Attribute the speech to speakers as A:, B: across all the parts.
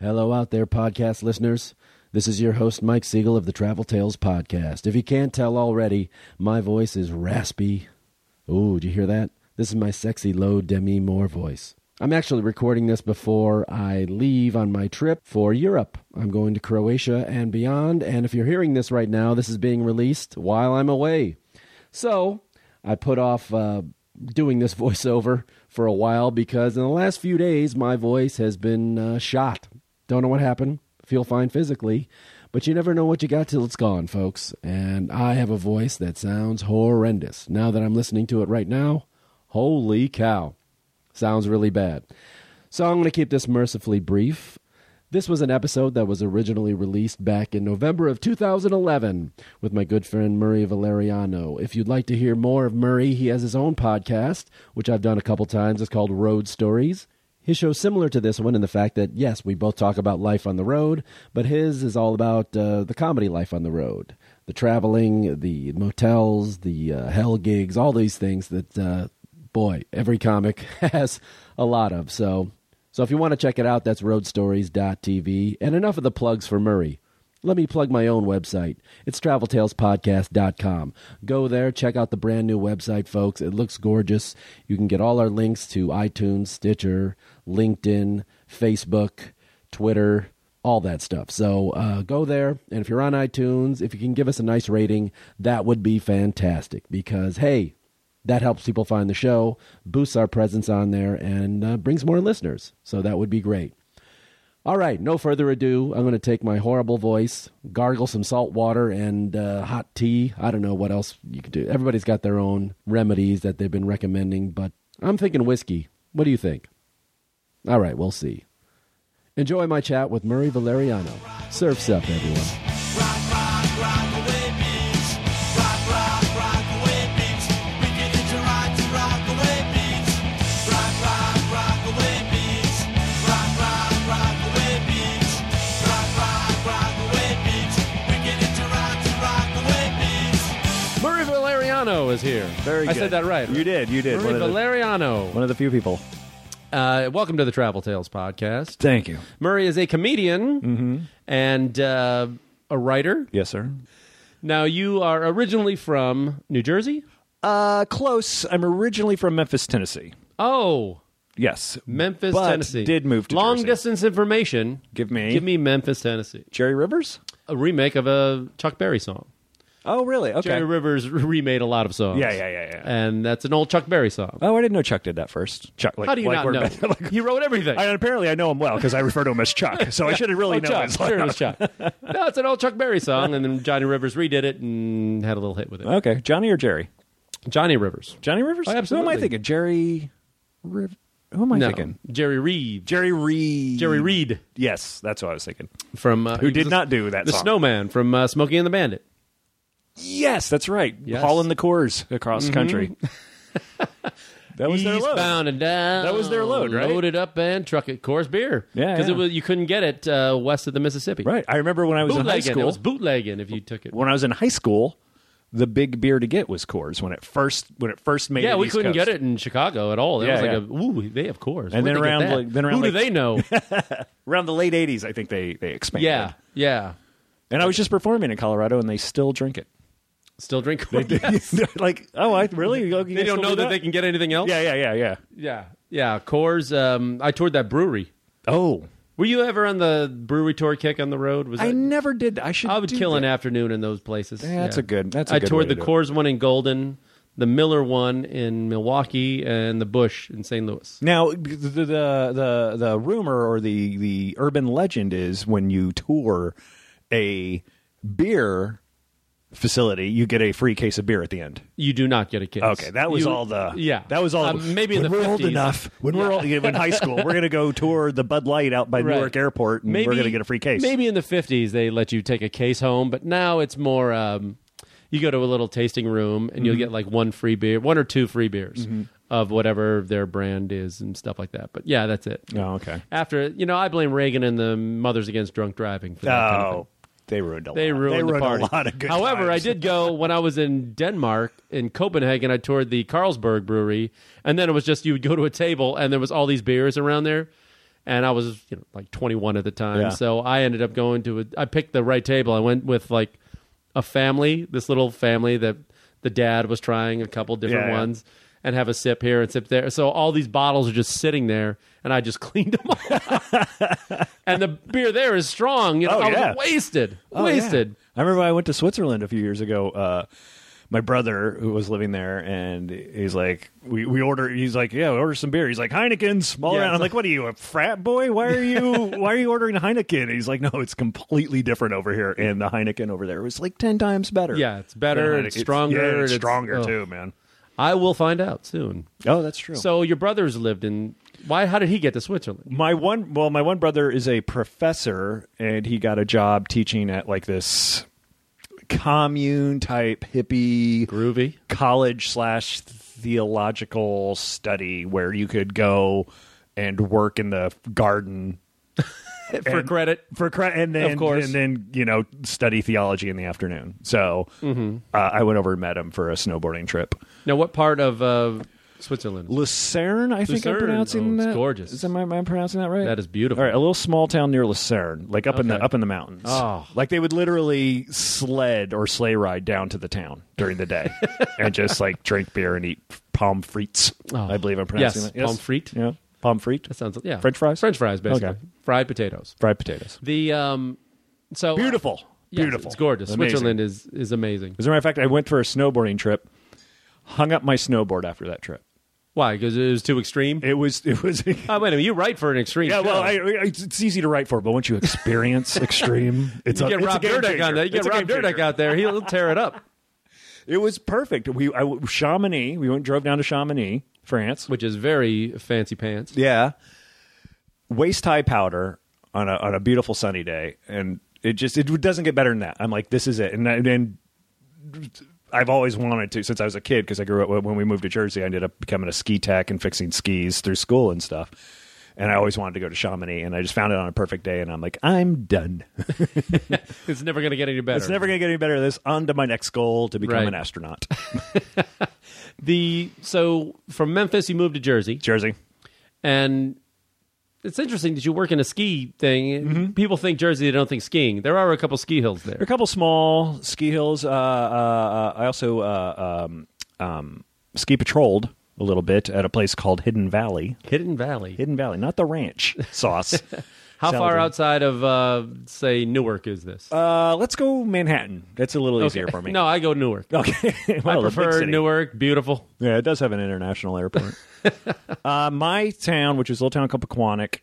A: Hello, out there, podcast listeners. This is your host, Mike Siegel of the Travel Tales Podcast. If you can't tell already, my voice is raspy. Ooh, do you hear that? This is my sexy low demi Moore voice. I'm actually recording this before I leave on my trip for Europe. I'm going to Croatia and beyond, and if you're hearing this right now, this is being released while I'm away. So I put off uh, doing this voiceover for a while because in the last few days, my voice has been uh, shot. Don't know what happened. Feel fine physically, but you never know what you got till it's gone, folks. And I have a voice that sounds horrendous. Now that I'm listening to it right now, holy cow. Sounds really bad. So I'm going to keep this mercifully brief. This was an episode that was originally released back in November of 2011 with my good friend Murray Valeriano. If you'd like to hear more of Murray, he has his own podcast, which I've done a couple times. It's called Road Stories. His show's similar to this one in the fact that, yes, we both talk about life on the road, but his is all about uh, the comedy life on the road the traveling, the motels, the uh, hell gigs, all these things that, uh, boy, every comic has a lot of. So so if you want to check it out, that's roadstories.tv. And enough of the plugs for Murray. Let me plug my own website. It's traveltalespodcast.com. Go there, check out the brand new website, folks. It looks gorgeous. You can get all our links to iTunes, Stitcher, LinkedIn, Facebook, Twitter, all that stuff. So uh, go there, and if you're on iTunes, if you can give us a nice rating, that would be fantastic because, hey, that helps people find the show, boosts our presence on there, and uh, brings more listeners. So that would be great. All right, no further ado. I'm going to take my horrible voice, gargle some salt water and uh, hot tea. I don't know what else you could do. Everybody's got their own remedies that they've been recommending, but I'm thinking whiskey. What do you think? All right, we'll see. Enjoy my chat with Murray Valeriano. Surf's up, everyone. Murray Valeriano is here.
B: Very
A: I
B: good.
A: said that right.
B: You did. You did.
A: Murray
B: one, of the,
A: Valeriano.
B: one of the few people.
A: Uh, welcome to the Travel Tales podcast.
B: Thank you.
A: Murray is a comedian
B: Mm-hmm.
A: and uh, a writer.
B: Yes, sir.
A: Now, you are originally from New Jersey.
B: Uh, close. I'm originally from Memphis, Tennessee.
A: Oh,
B: Yes.
A: Memphis,
B: But
A: Tennessee.
B: did move to
A: long
B: Jersey.
A: distance information.
B: Give me-
A: give me Memphis, Tennessee.
B: Jerry Rivers?
A: A remake of a Chuck Berry song.
B: Oh, really? Okay.
A: Jerry Rivers remade a lot of songs.
B: Yeah, yeah, yeah, yeah.
A: And that's an old Chuck Berry song.
B: oh, I didn't know Chuck did that first. Chuck, like,
A: How do you
B: like
A: not
B: we're
A: know?
B: back- like-
A: he wrote everything.
B: I, apparently, I know him well because I refer to him as Chuck. So I should have really
A: Oh,
B: known.
A: Chuck.
B: his
A: Sure, it was Chuck. no, it's an old Chuck Berry song, and then Johnny Rivers redid it and had a little hit with it.
B: Okay, Johnny or Jerry?
A: Johnny Rivers.
B: Johnny Rivers?
A: Oh,
B: Who am
A: absolutely.
B: I thinking? Jerry? Riv- who am I
A: no,
B: thinking?
A: Jerry Reed.
B: Jerry Reed.
A: Jerry Reed
B: Yes, that's what I was thinking.
A: from uh,
B: Who
A: he
B: did
A: was
B: not do that
A: The
B: song.
A: Snowman from uh, Smokey and the Bandit.
B: Yes, that's right.
A: Yes. Mm-hmm.
B: Hauling the cores across country. that was their load.
A: Eastbound and down.
B: That was their load, right?
A: Loaded up and truck it. Coors beer.
B: Yeah,
A: because
B: yeah.
A: it was you couldn't get it uh, west of the Mississippi.
B: Right. I remember when I was in high
A: Bootlegging. It
B: school.
A: was bootlegging if you took it.
B: when I was in high school, the big beer to get was Coors when it first when it first made.
A: Yeah,
B: it
A: we
B: East
A: couldn't
B: Coast.
A: get it in Chicago at all. That
B: Yeah,
A: was like a
B: yeah.
A: ooh, they have Coors. Where'd
B: And then
A: they get
B: around,
A: that?
B: like- then around,
A: who do
B: like-
A: they know?
B: around the late '80s. I think they they expanded.
A: yeah, yeah.
B: and I was just performing in Colorado, and they still drink it.
A: Still drink Coors. They,
B: They're like, oh, I really? You guys
A: don't
B: still
A: know
B: do
A: that? they can get anything else.
B: Yeah, yeah, yeah, yeah.
A: yeah, yeah. Coors. Um, I toured that brewery.
B: Oh,
A: Were you ever on the brewery tour kick on the road? Was
B: I
A: that-
B: never did. I should.
A: I would
B: do
A: kill an
B: that.
A: afternoon in those places.
B: That's a good- that's a
A: I
B: good
A: toured
B: way
A: the
B: to do it.
A: Coors one in Golden, the Miller one in Milwaukee, and the Bush in St. Louis.
B: Now the, the the the rumor or the the urban legend is when you tour a beer facility, you get a free case of beer at the end. Um,
A: You do not get a kiss.
B: Okay, that was
A: You-
B: all the
A: yeah.
B: That was all
A: Uh, maybe in
B: when
A: the
B: we're old
A: 50s.
B: enough. When we're old, in high school, we're gonna go tour the Bud Light out by
A: Right.
B: Newark Airport, and
A: maybe,
B: we're gonna get a free case.
A: Maybe in the fifties they let you take a case home, but now it's more. Um, you go to a little tasting room and
B: Mm-hmm.
A: you'll get like one free beer, one or two free beers of whatever their brand is and stuff like that. But yeah, that's it.
B: Oh, okay.
A: After you know, I blame Reagan and the Mothers Against Drunk Driving for that kind of thing.
B: Oh, they ruined a
A: They
B: lot.
A: ruined,
B: they ruined
A: the party.
B: a lot of good.
A: However,
B: times.
A: I did go when I was in Denmark in Copenhagen. I toured the Carlsberg Brewery, and then it was just you would go to a table, and there was all these beers around there,
C: and I was you know, like 21 at the time.
B: Yeah.
C: So I ended up going to a, I picked the right table. I went with like a family, this little family that the dad was trying a couple different
B: Yeah, yeah.
C: ones and have a sip here and sip there. So all these bottles are just sitting there and I just cleaned them up. and the beer there is strong. You know,
B: Oh,
C: I was
B: yeah.
C: wasted,
B: Oh, yeah.
C: wasted.
B: I remember I went to Switzerland a few years ago. Uh, my brother who was living there, and he's like, we, we order. He's like, yeah, we order some beer. He's like, Heineken, small
C: Yeah,
B: round.
C: it's
B: I'm like, what are you, a frat boy? Why are you why are you ordering Heineken? he's like, no, it's completely different over here, and the Heineken over there was like ten times better.
C: Yeah, it's better,
B: than Heineken.
C: it's stronger,
B: yeah,
C: it's-
B: it's stronger
C: oh.
B: too, man.
C: I will find out soon.
B: Oh, that's true.
C: So your brothers lived in why? How did he get to Switzerland?
B: my one well my one brother is a professor and he got a job teaching at like this commune type hippie
C: Groovy.
B: college slash theological study where you could go and work in the garden
C: For
B: And-
C: credit,
B: for cre- and then
C: Of course.
B: and then you know study theology in the afternoon so
C: Mm-hmm.
B: uh, i went over and met him for a snowboarding trip
C: Now, what part of uh, Switzerland?
B: lucerne i think i'm
C: Lucerne.
B: pronouncing
C: Oh, it's
B: that
C: gorgeous.
B: is am I, am I pronouncing that right
C: That is beautiful.
B: All right, a little small town near Lucerne, like up in the
C: Okay.
B: up in the mountains.
C: Oh.
B: Like they would literally sled or sleigh ride down to the town during the day and just like drink beer and eat palm frites.
C: Oh.
B: I believe I'm pronouncing
C: Yes,
B: that.
C: palm frite.
B: Yeah. Palm
C: That
B: frites.
C: sounds yeah.
B: French fries?
C: French fries, basically.
B: Okay.
C: Fried potatoes.
B: Fried potatoes.
C: The um, so
B: Beautiful.
C: Yes,
B: Beautiful.
C: It's gorgeous.
B: Amazing.
C: Switzerland is is amazing.
B: As a matter of fact, I went for a snowboarding trip, hung up my snowboard after that trip.
C: Why? Because it was too extreme.
B: It was it was
C: oh, wait a minute. You write for an extreme.
B: Yeah,
C: show.
B: well, I, I, it's easy to write for, but once you experience extreme, it's
C: you
B: a,
C: get
B: it's a
C: Rob
B: game
C: Dyrdek on
B: changer.
C: that. You get
B: It's a
C: Rob
B: game changer.
C: Dyrdek out there. He'll tear it up.
B: It was perfect. We I, Chamonix. We went drove down to Chamonix, France.
C: Which is very fancy pants.
B: Yeah, waist high powder on a on a beautiful sunny day, and it just it doesn't get better than that. I'm like, this is it, and I- and I've always wanted to since I was a kid because I grew up when we moved to Jersey. I ended up becoming a ski tech and fixing skis through school and stuff. And I always wanted to go to Chamonix, and I just found it on a perfect day, and I'm like, I'm done.
C: It's never going to get any better.
B: It's never going to get any better than this. On to my next goal to become
C: Right.
B: an astronaut.
C: the so from Memphis you moved to Jersey.
B: Jersey.
C: and it's interesting that you work in a ski thing.
B: Mm-hmm.
C: People think Jersey, they don't think skiing. There are a couple ski hills
B: There are
C: there.
B: a couple small ski hills. Uh, uh, uh, I also uh, um, um, ski patrolled a little bit at a place called Hidden Valley.
C: Hidden Valley.
B: Hidden Valley, not the ranch sauce.
C: How far
B: Saladin.
C: outside of, uh, say, Newark is this?
B: Uh, let's go Manhattan. That's a little easier for me.
C: no, I go Newark.
B: Okay.
C: I
B: Well, the big
C: prefer
B: city.
C: Newark. Beautiful.
B: Yeah, it does have an international airport. uh, my town, which is a little town called Pequannock,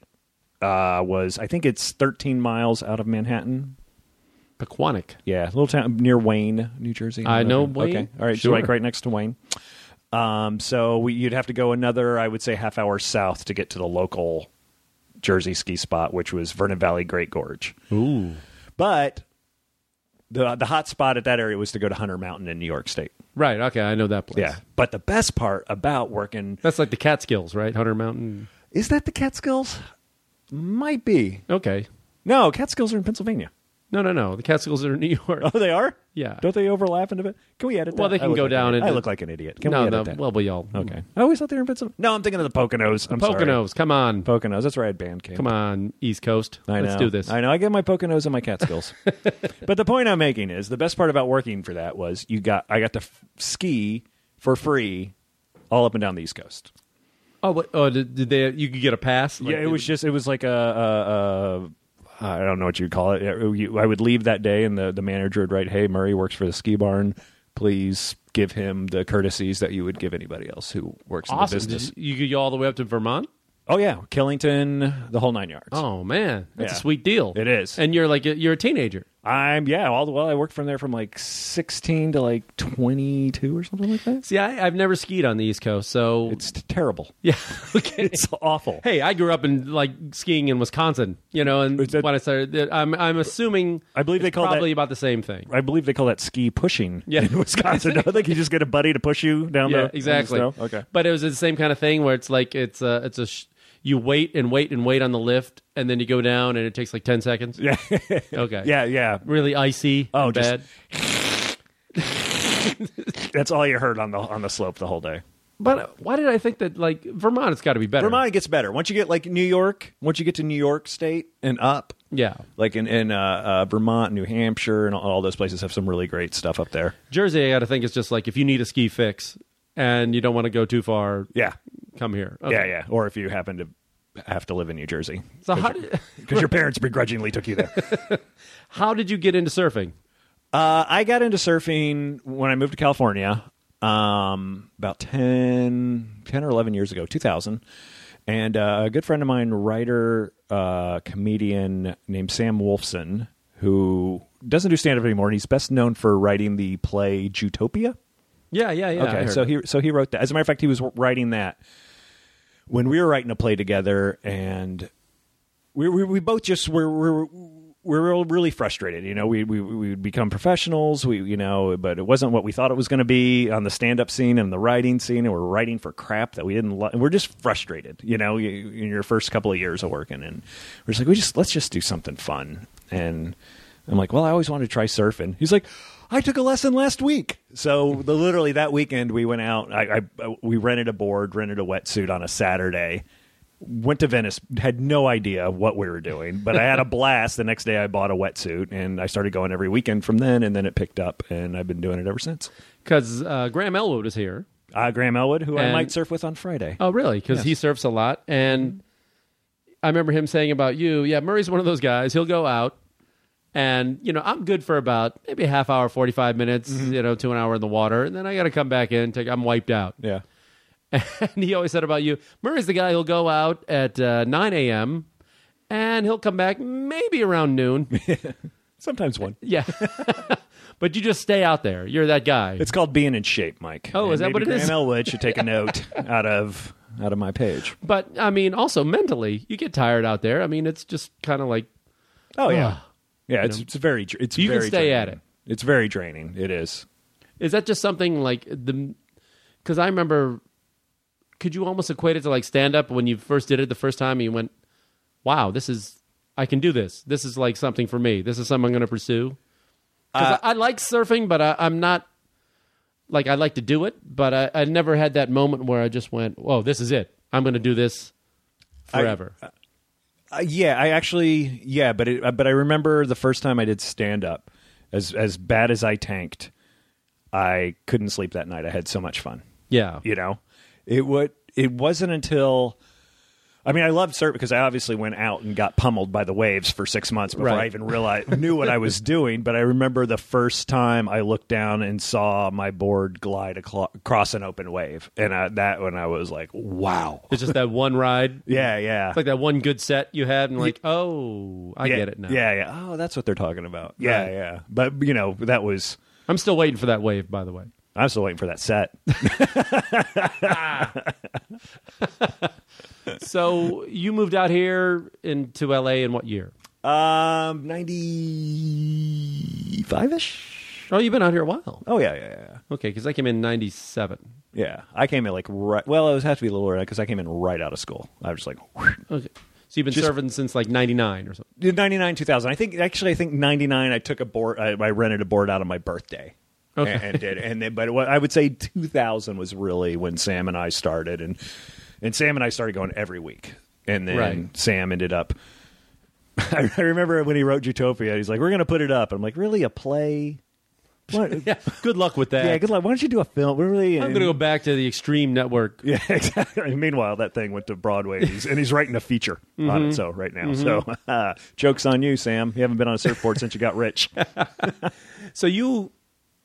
B: uh, was I think it's 13 miles out of Manhattan.
C: Pequannock.
B: Yeah, little town near Wayne, New Jersey.
C: I know Wayne.
B: Okay, all right,
C: Sure.
B: like right next to Wayne. Um, so we, you'd have to go another, I would say, half hour south to get to the local Jersey ski spot, which was Vernon Valley Great Gorge.
C: Ooh.
B: But the the hot spot at that area was to go to Hunter Mountain in New York State.
C: Right. Okay. I know that place.
B: Yeah, but the best part about working
C: That's like the Catskills, right? Hunter Mountain.
B: is that the Catskills might be
C: Okay.
B: no Catskills are in Pennsylvania.
C: No, no, no. The Catskills are in New York.
B: Oh, they are.
C: Yeah.
B: Don't they overlap into it? Can we edit?
C: Well,
B: that?
C: they
B: I
C: can
B: look
C: go
B: like an
C: down
B: idiot. I
C: into-
B: look like an idiot. Can
C: no,
B: we edit
C: no.
B: that?
C: Well, we all.
B: Okay. I
C: Oh,
B: always thought they were in Pennsylvania. No, I'm thinking of the Poconos. I'm
C: Poconos. Come on.
B: Sorry. Poconos. That's right, Bandcamp.
C: Come on, East Coast.
B: I know.
C: Let's do this.
B: I know. I get my Poconos and my Catskills. but the point I'm making is the best part about working for that was you got I got to f- ski for free all up and down the East Coast.
C: Oh, what, oh did, did they? You could get a pass. Like,
B: yeah, it was just it was like a, a, a I don't know what you'd call it. It- you- I would leave that day, and the the manager would write, "Hey, Murray works for the ski barn. Please give him the courtesies that you would give anybody else who works
C: awesome.
B: in the business."
C: Did You, you could go all the way up to Vermont.
B: Oh yeah, Killington, the whole nine yards.
C: Oh man, that's a
B: Yeah.
C: sweet deal.
B: It is.
C: and you're like a, you're a teenager.
B: I'm yeah. All the while I worked from there from like 16 to like 22 or something like that.
C: See, I, I've never skied on the East Coast, so
B: It's t- terrible.
C: yeah. okay.
B: It's awful.
C: Hey, I grew up in like skiing in Wisconsin, you know, and
B: Is that-
C: when I started, I'm I'm assuming
B: I believe
C: it's
B: they call that-
C: probably about the same thing.
B: I believe they call that ski pushing
C: Yeah.
B: in Wisconsin. don't they? You just get a buddy to push you down the
C: Yeah,
B: down the
C: exactly.
B: snow? Okay.
C: but it was the same kind of thing where it's like it's a it's a sh- you wait and wait and wait on the lift, and then you go down, and it takes like ten seconds.
B: Yeah.
C: Okay.
B: yeah. Yeah.
C: Really icy.
B: Oh,
C: and
B: just-
C: bad.
B: That's all you heard on the on the slope the whole day.
C: But why did I think that like Vermont? It's got to be better.
B: Vermont gets better once you get like New York. Once you get to New York State and up,
C: Yeah.
B: like in in uh, uh, Vermont, New Hampshire, and all, all those places have some really great stuff up there.
C: Jersey, I got to think it's just like if you need a ski fix and you don't want to go too far,
B: Yeah,
C: come here.
B: yeah,
C: Okay.
B: yeah. Or if you happen to have to live in New Jersey
C: So how did
B: because your parents begrudgingly took you there.
C: how did you get into surfing?
B: Uh, I got into surfing when I moved to California um, about 10, 10 or 11 years ago, 2000. And uh, a good friend of mine, writer, uh, comedian named Sam Wolfson, who doesn't do stand up anymore, and he's best known for writing the play Jutopia.
C: Yeah, yeah, yeah. I
B: Okay,
C: heard
B: so
C: it.
B: he so he wrote that. As a matter of fact, he was writing that when we were writing a play together, and we we, we both just were were we're all really frustrated. You know, we we we would become professionals. We you know, but it wasn't what we thought it was going to be on the stand up scene and the writing scene, and we're writing for crap that we didn't. Lo- and we're just frustrated. You know, you- in your first couple of years of working, and we're just like, we just let's just do something fun. And I'm like, well, I always wanted to try surfing. He's like. I took a lesson last week. So the, literally that weekend we went out. I, I uh, we rented a board, rented a wetsuit on a Saturday, went to Venice, had no idea what we were doing, but I had a blast. The next day, I bought a wetsuit and I started going every weekend from then, and then it picked up, and I've been doing it ever since.
C: because uh, Graham Elwood is here.
B: Uh, Graham Elwood, who I
C: And-
B: might surf with on Friday.
C: Oh, really? Because he surfs a lot, and I remember him saying about you. Yeah, Murray's one of those guys. He'll go out, and you know, I'm good for about maybe a half hour, forty five minutes,
B: Mm-hmm.
C: you know, to an hour in the water, and then I got to come back in. Take, I'm wiped out.
B: Yeah.
C: and he always said about you, Murray's the guy who'll go out at uh, 9 a.m. and he'll come back maybe around noon.
B: Sometimes one.
C: yeah. but you just stay out there. You're that guy.
B: It's called being in shape, Mike.
C: Oh, is
B: And
C: that what
B: maybe
C: it
B: Graham
C: is?
B: Elwood should take a note out of out of my page.
C: but I mean, also mentally, you get tired out there. I mean, it's just kind of like,
B: Oh yeah,
C: Ugh.
B: yeah. It's it's very dr- it's
C: You can
B: very
C: stay
B: draining.
C: at it.
B: It's very draining. It is.
C: is that just something like the. Because I remember, could you almost equate it to like stand up when you first did it the first time? And you went, wow, this is, I can do this. This is like something for me. This is something I'm going to pursue.
B: Uh,
C: Because I, I like surfing, but I, I'm not like I like to do it, but I, I never had that moment where I just went, "Whoa, this is it! I'm going to do this forever."
B: Uh, yeah, I actually yeah, but it, uh, but I remember the first time I did stand up, as as bad as I tanked, I couldn't sleep that night. I had so much fun.
C: yeah,
B: You know, it would. It wasn't until. I mean, I loved surf because I obviously went out and got pummeled by the waves for six months before
C: Right.
B: I even realized knew what I was doing. But I remember the first time I looked down and saw my board glide aclo- across an open wave, and I, that when I was like, "Wow,
C: it's just that one ride.
B: yeah, yeah."
C: It's like that one good set you had, and like, oh, I
B: yeah,
C: get it now.
B: Yeah, yeah. Oh, that's what they're talking about. Yeah,
C: Right.
B: yeah. But you know, that was
C: I'm still waiting for that wave. By the way,
B: I'm still waiting for that set.
C: so you moved out here into LA in what year?
B: um, ninety five ish.
C: Oh, you've been out here a while.
B: Oh yeah, yeah, yeah.
C: Okay, because I came in '97.
B: Yeah, I came in like right. Well, it was have to be a little early because I came in right out of school. I was just like
C: Okay, so you've been
B: Just-
C: serving since like '99 or something.
B: ninety nine two thousand. I think actually I think ninety nine. I took a board. I, I rented a board out of my birthday.
C: Okay.
B: And, and did and then, but what I would say two thousand was really when Sam and I started and and Sam and I started going every week and then
C: Right.
B: Sam ended up. I remember when he wrote Utopia. He's like, "We're going to put it up." I'm like, "Really? A play? What?
C: Yeah, good luck with that.
B: yeah, good luck. Why don't you do a film? We're really."
C: I'm going to go back to the Extreme Network.
B: Yeah, exactly. Meanwhile, that thing went to Broadway, and he's, and he's writing a feature on it. So right now, so jokes on you, Sam. You haven't been on a surfboard since you got rich.
C: So you,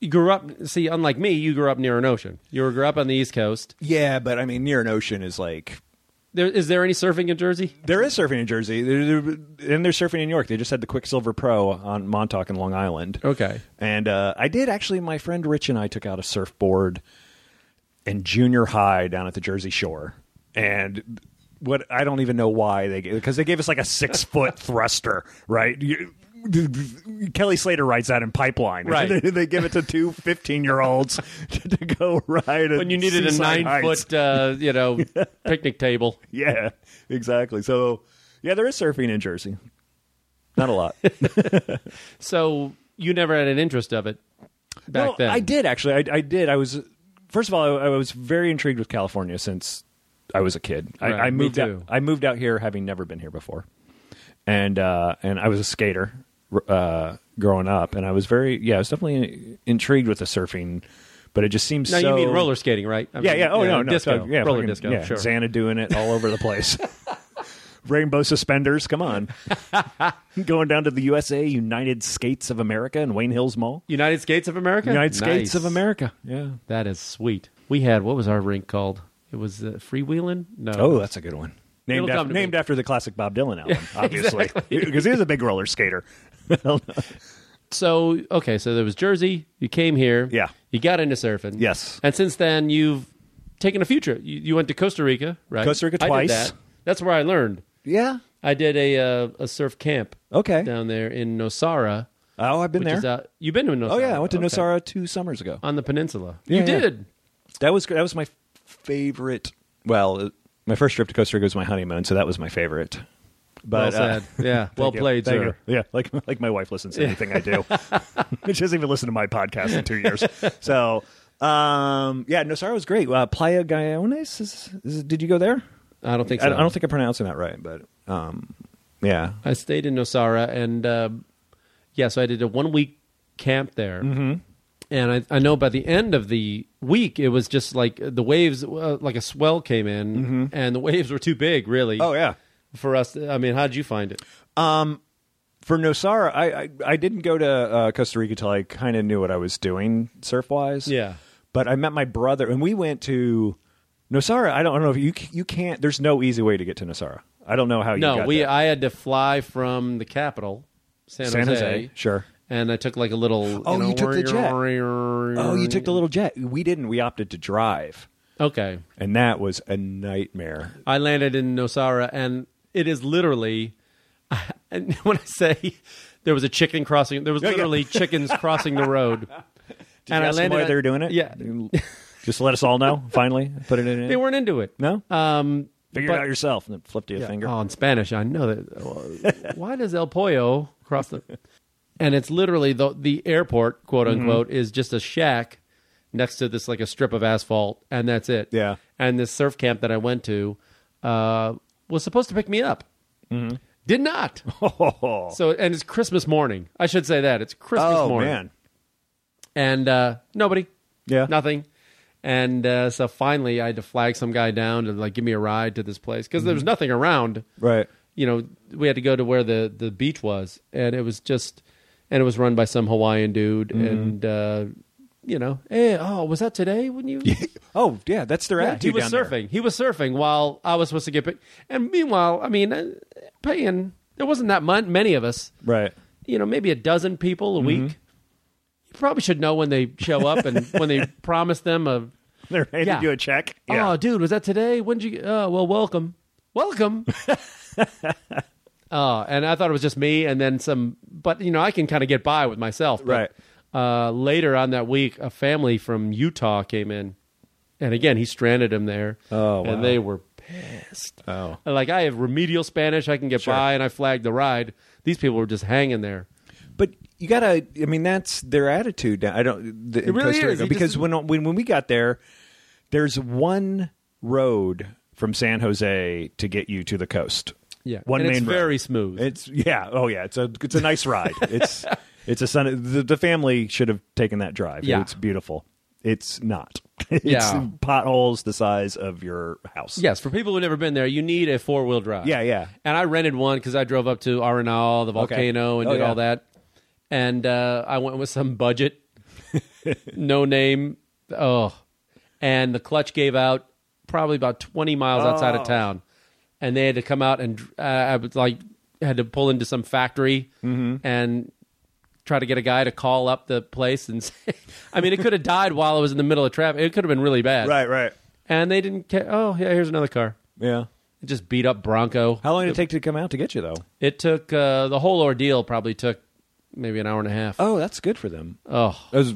C: you grew up. See, unlike me, you grew up near an ocean. You were- grew up on the East Coast.
B: yeah, but I mean, near an ocean is like
C: There is there any surfing in Jersey?
B: there is surfing in Jersey, There- there- and there's surfing in New York. They just had the Quicksilver Pro on Montauk and Long Island.
C: Okay.
B: And uh, I did actually. My friend Rich and I took out a surfboard in junior high down at the Jersey Shore, and what I don't even know why they because they gave us like a six foot thruster, right? You, Kelly Slater rides that in Pipeline.
C: Right.
B: they give it to two 15 year olds to go ride.
C: When you needed a nine foot, uh, you know, picnic table.
B: yeah, exactly. So yeah, there is surfing in Jersey. Not a lot.
C: So you never had an interest of it back
B: No,
C: then.
B: I did actually. I, I did. I was first of all, I, I was very intrigued with California since I was a kid.
C: Right,
B: I, I
C: me
B: moved out.
C: too.
B: I moved out here having never been here before, and uh, and I was a skater r- uh, growing up, and I was very yeah, I was definitely intrigued with the surfing, but it just seems
C: Now
B: so.
C: you mean roller skating, right? I
B: Yeah,
C: mean,
B: yeah. Oh no, no,
C: disco,
B: so- yeah,
C: roller
B: fucking-
C: disco.
B: yeah,
C: sure.
B: Xana doing it all over the place. Rainbow suspenders, come on. Going down to the USA United Skates of America in Wayne Hills Mall.
C: United States of America.
B: United States
C: Nice.
B: of America. Yeah.
C: That is sweet. We had what was our rink called? It was uh, freewheeling. No.
B: Oh, that's a good one. Named,
C: It'll come
B: after,
C: to me.
B: named after the classic Bob Dylan album, obviously, because he was a big roller skater. I don't know.
C: So okay, so there was Jersey. You came here.
B: Yeah.
C: You got into surfing.
B: Yes.
C: And since then, you've taken a few trips. You, you went to Costa Rica, right?
B: Costa Rica
C: I did
B: twice.
C: that. That's where I learned.
B: yeah.
C: I did a uh, a surf camp
B: Okay.
C: down there in Nosara.
B: Oh, I've been
C: Which
B: there.
C: is out, you've been to Nosara?
B: oh yeah, I went to
C: Okay.
B: Nosara two summers ago.
C: on the peninsula.
B: Yeah,
C: you
B: yeah.
C: did.
B: That was that was my favorite. Well, uh, my first trip to Costa Rica was my honeymoon, so that was my favorite.
C: Well
B: But uh,
C: said. Yeah. Well
B: thank you,
C: played,
B: thank
C: sir.
B: you. Yeah, like like my wife listens to anything I do. she hasn't even listened to my podcast in two years. so um, yeah, Nosara was great. Uh, Playa Gallones, is, is, did you go there?
C: I don't think
B: I,
C: so.
B: I don't think I'm pronouncing that right, but um, yeah,
C: I stayed in Nosara, and uh, yeah, so I did a one week camp there. Mm-hmm. And I, I know by the end of the week, it was just like the waves, uh, like a swell came in, and the waves were too big, really.
B: Mm-hmm. oh yeah. Oh,
C: For us, I mean, how did you find it?
B: for Nosara, I, I I didn't go to uh, Costa Rica till I kind of knew what I was doing surf wise.
C: Yeah.
B: but I met my brother and we went to Nosara. I don't, I don't know if you c- you can't. There's no easy way to get to Nosara. I don't know how you.
C: No,
B: got
C: we
B: there.
C: I had to fly from the capital, San,
B: San
C: Jose,
B: Jose, sure.
C: and I took like a little.
B: Oh, you took the jet.
C: Oh,
B: oh, you took the little jet. We didn't. We opted to drive,
C: Okay,
B: and that was a nightmare.
C: I landed in Nosara, and it is literally. And when I say there was a chicken crossing, there was literally chickens crossing the road.
B: Did you ask them why
C: at-
B: they were doing it?
C: Yeah,
B: Just let us all know. Finally, put it in.
C: they weren't into it.
B: No,
C: Um,
B: figure
C: but-
B: it out yourself. And then flipped you a finger.
C: Oh, in Spanish, I know that. Why does El Pollo cross the? And it's literally the the airport, quote
B: Mm-hmm.
C: unquote, is just a shack next to this like a strip of asphalt, and that's it.
B: Yeah.
C: And this surf camp that I went to uh, was supposed to pick me up,
B: Mm-hmm.
C: did not. So, and it's Christmas morning. I should say that it's Christmas
B: Oh,
C: morning,
B: man.
C: and uh, nobody.
B: Yeah.
C: nothing. And uh, so finally, I had to flag some guy down to like give me a ride to this place because there was nothing around
B: Mm-hmm. Right.
C: you know, we had to go to where the the beach was, and it was just, and it was run by some Hawaiian dude,
B: Mm-hmm.
C: and uh, you know, hey, oh, was that today when you?
B: Oh yeah, that's their
C: Yeah,
B: attitude.
C: he was
B: down
C: surfing.
B: There.
C: He was surfing while I was supposed to get paid. And meanwhile, I mean, uh, paying there wasn't that mon- many of us.
B: Right.
C: You know, maybe a dozen people a
B: Mm-hmm.
C: week. You probably should know when they show up and when they promise them a.
B: They're handing
C: Yeah.
B: you a check.
C: Oh, dude, was that today? When did you? Oh, well, welcome, welcome. Oh, and I thought it was just me, and then some. But you know, I can kind of get by with myself. But, Uh, later on that week, a family from Utah came in, and again, he stranded him there.
B: Oh, wow.
C: and they were pissed.
B: Oh.
C: like I have remedial Spanish, I can get by, and I flagged the ride. These people were just hanging there.
B: But you gotta. I mean, that's their attitude. Now. I don't. The, in
C: really
B: Costa
C: is.
B: Rica,
C: You
B: because
C: just-
B: when when when we got there, there's one road from San Jose to get you to the coast.
C: Yeah,
B: one
C: and
B: main
C: it's
B: road.
C: very smooth.
B: It's yeah. Oh yeah. It's a it's a nice ride. It's it's a sun. The, the family should have taken that drive.
C: Yeah.
B: It's beautiful. It's not. It's
C: Yeah.
B: potholes the size of your house.
C: Yes, for people who've never been there, you need a four wheel drive.
B: Yeah, yeah.
C: And I rented one because I drove up to Arenal, the volcano, and
B: Oh,
C: did
B: yeah.
C: all that. And uh, I went with some budget, no name. Oh, and the clutch gave out probably about twenty miles outside
B: Oh.
C: of town, and they had to come out and uh, I was like had to pull into some factory
B: Mm-hmm.
C: and try to get a guy to call up the place and say, I mean, it could have died while I was in the middle of traffic. It could have been really bad.
B: Right. Right.
C: And they didn't care. Oh, yeah, here's another car.
B: Yeah.
C: It just beat up Bronco.
B: How long did it take to come out to get you though?
C: It took uh, the whole ordeal probably took maybe an hour and a half.
B: Oh, that's good for them.
C: Oh.
B: That was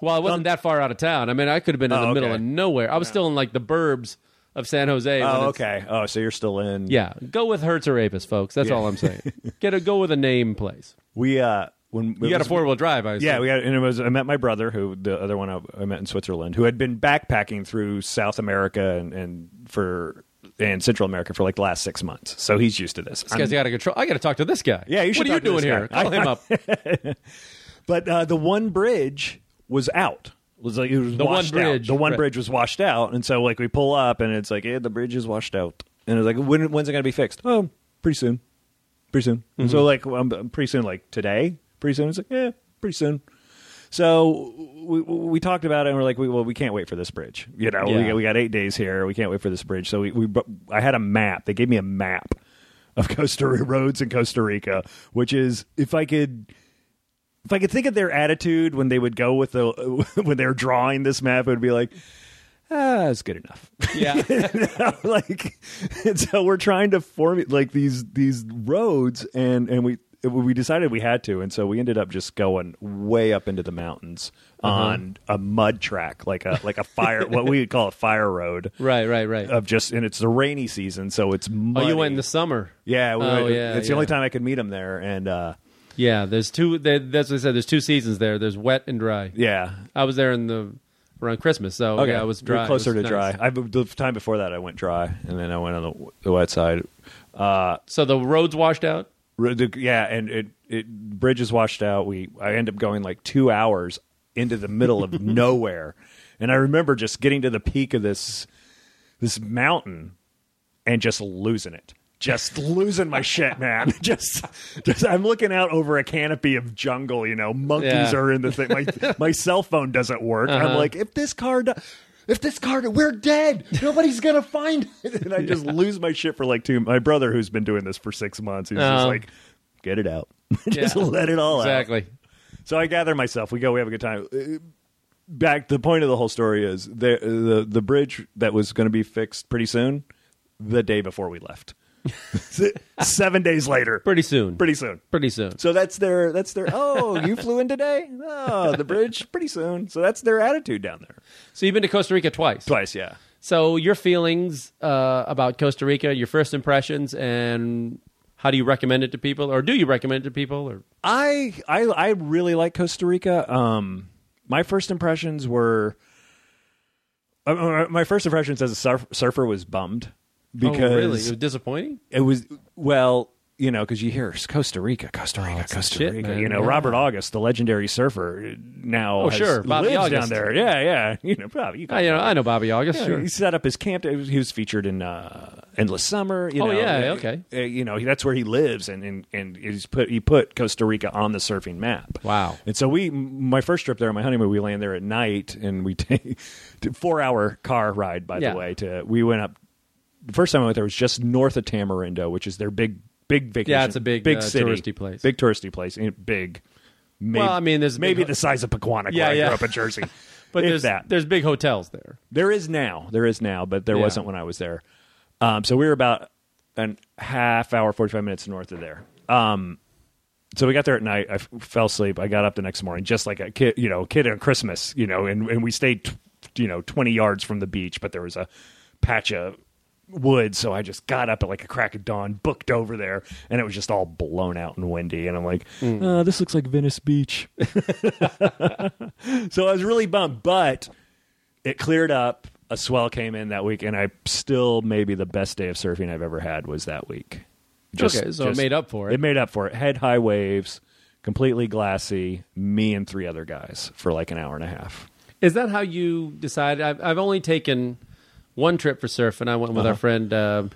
C: Well, I wasn't that far out of town. I mean, I could have been in
B: Oh,
C: the middle
B: okay.
C: of nowhere. I was still in like the burbs of San Jose. when
B: Oh,
C: it's-
B: okay. Oh, so you're still in.
C: Yeah, go with Hertz or Apis, folks. That's all I'm saying. Get a go with a name place.
B: We uh when
D: You
B: it
D: got a
B: was-
D: four wheel drive, I assume.
B: Yeah, we had, and it was. I met my brother, who the other one I, I met in Switzerland, who had been backpacking through South America and, and for and Central America for like the last six months. So he's used to this.
D: This guy's
B: I'm-
D: out of control. I got to talk to this guy.
B: Yeah, you should
D: What are you
B: talk
D: doing
B: to this
D: here?
B: guy.
D: Call him up.
B: but uh, the one bridge was out. Was like it was
C: The one
B: washed out.
C: bridge,
B: The one
C: right.
B: bridge was washed out, and so like we pull up, and it's like, yeah, the bridge is washed out, and it's like, when, when's it going to be fixed? Oh, pretty soon, pretty soon. And So like,
C: Mm-hmm.
B: um, pretty soon, like today, pretty soon. It's like, yeah, pretty soon. So we we talked about it, and we're like, we, well, we can't wait for this bridge. You know, we,
C: Yeah.
B: got, we got eight days here. We can't wait for this bridge. So we, we bu- I had a map. They gave me a map of Costa Rica roads in Costa Rica, which is if I could if I could think of their attitude when they would go with the when they're drawing this map, it would be like, ah, it's good enough.
D: Yeah.
B: like, and so we're trying to form like these these roads, and and we we decided we had to, and so we ended up just going way up into the mountains
C: Uh-huh.
B: on a mud track, like a like a fire, what we would call a fire road.
C: Right, right, right.
B: Of just and it's the rainy season, so it's
C: oh,
B: muddy.
C: you went in the summer.
B: yeah, we
C: Oh,
B: went-
C: yeah,
B: It's the only
C: yeah.
B: time I could meet him there, and uh,
C: Yeah, there's two. They, that's what I said. There's two seasons there. There's wet and dry.
B: yeah,
C: I was there in the around Christmas, so yeah, it was
B: We were
C: dry. It
B: closer to
C: was nice.
B: dry. I the time before that I went dry, and then I went on the, the wet side. Uh,
C: So the roads washed out.
B: r- the- yeah, and it it bridges washed out. We I end up going like two hours into the middle of nowhere, and I remember just getting to the peak of this this mountain and just losing it. Just losing my shit, man. Just, just I'm looking out over a canopy of jungle. You know, monkeys
C: Yeah.
B: are in the thing. My my cell phone doesn't work. I'm
C: Uh-huh.
B: like, if this car, do- if this car, do- we're dead. Nobody's gonna find it. And I just lose my shit for like two. My brother, who's been doing this for six months, he's just
C: Oh.
B: like, get it out. just
C: Yeah.
B: let it all out.
C: Exactly.
B: So I gather myself. We go. We have a good time. Uh, Back. The point of the whole story is the the, the bridge that was going to be fixed pretty soon. The day before we left, seven days later,
C: Pretty soon.
B: pretty soon.
C: Pretty soon.
B: So that's their that's their. Oh, you flew in today. Oh, the bridge pretty soon. So that's their attitude down there.
C: So you've been to Costa Rica twice.
B: Twice, yeah.
C: So your feelings uh, about Costa Rica, your first impressions, and how do you recommend it to people, or do you recommend it to people, or
B: I I I really like Costa Rica. Um, my first impressions were uh, uh, my first impressions as a surf, surfer was bummed because
C: oh, really, it was disappointing.
B: it was well you know because you hear costa rica costa rica costa
C: Oh, shit,
B: rica
C: man.
B: you know
C: Yeah.
B: robert august the legendary surfer now
C: Oh,
B: has-
C: sure, Bobby
B: lives down
C: August. Oh,
B: there yeah yeah you know Bobby, you
C: I, you know, I know Bobby August.
B: yeah,
C: sure.
B: He set up his camp. He was featured in uh, Endless Summer. You
C: Oh,
B: know,
C: yeah,
B: Uh,
C: okay.
B: uh, You know that's where he lives, and and and he's put he put Costa Rica on the surfing map.
C: Wow.
B: And so we, my first trip there, on my honeymoon, we land there at night, and we take four hour car ride. By
C: Yeah.
B: the way, to we went up. The first time I went there was just north of Tamarindo, which is their big big vacation.
C: Yeah, it's a big,
B: big
C: uh,
B: city.
C: touristy place.
B: Big touristy place. and Big. Maybe,
C: I mean, there's a big
B: maybe
C: ho-
B: the size of Pequannock
C: Yeah,
B: where I
C: yeah.
B: grew up in Jersey.
C: But
B: If
C: there's
B: that.
C: there's big hotels there.
B: There is now. There is now, but there
C: Yeah.
B: wasn't when I was there. Um, so we were about an half hour, 45 minutes north of there. Um, so we got there at night. I f- fell asleep. I got up the next morning, just like a kid, you know, kid on Christmas, you know, and, and we stayed, t- you know, 20 yards from the beach, but there was a patch of woods. So I just got up at like a crack of dawn, booked over there, and it was just all blown out and windy. And I'm like, "Uh, this looks like Venice Beach. So I was really bummed, but it cleared up. A swell came in that week, and I still maybe the best day of surfing I've ever had was that week.
C: Okay, so it made up for it.
B: It made up for it. Head high waves, completely glassy. Me and three other guys for like an hour and a half.
C: Is that how you decide? I've, I've only taken one trip for surf, and I went with
B: Uh-huh.
C: our friend. Um,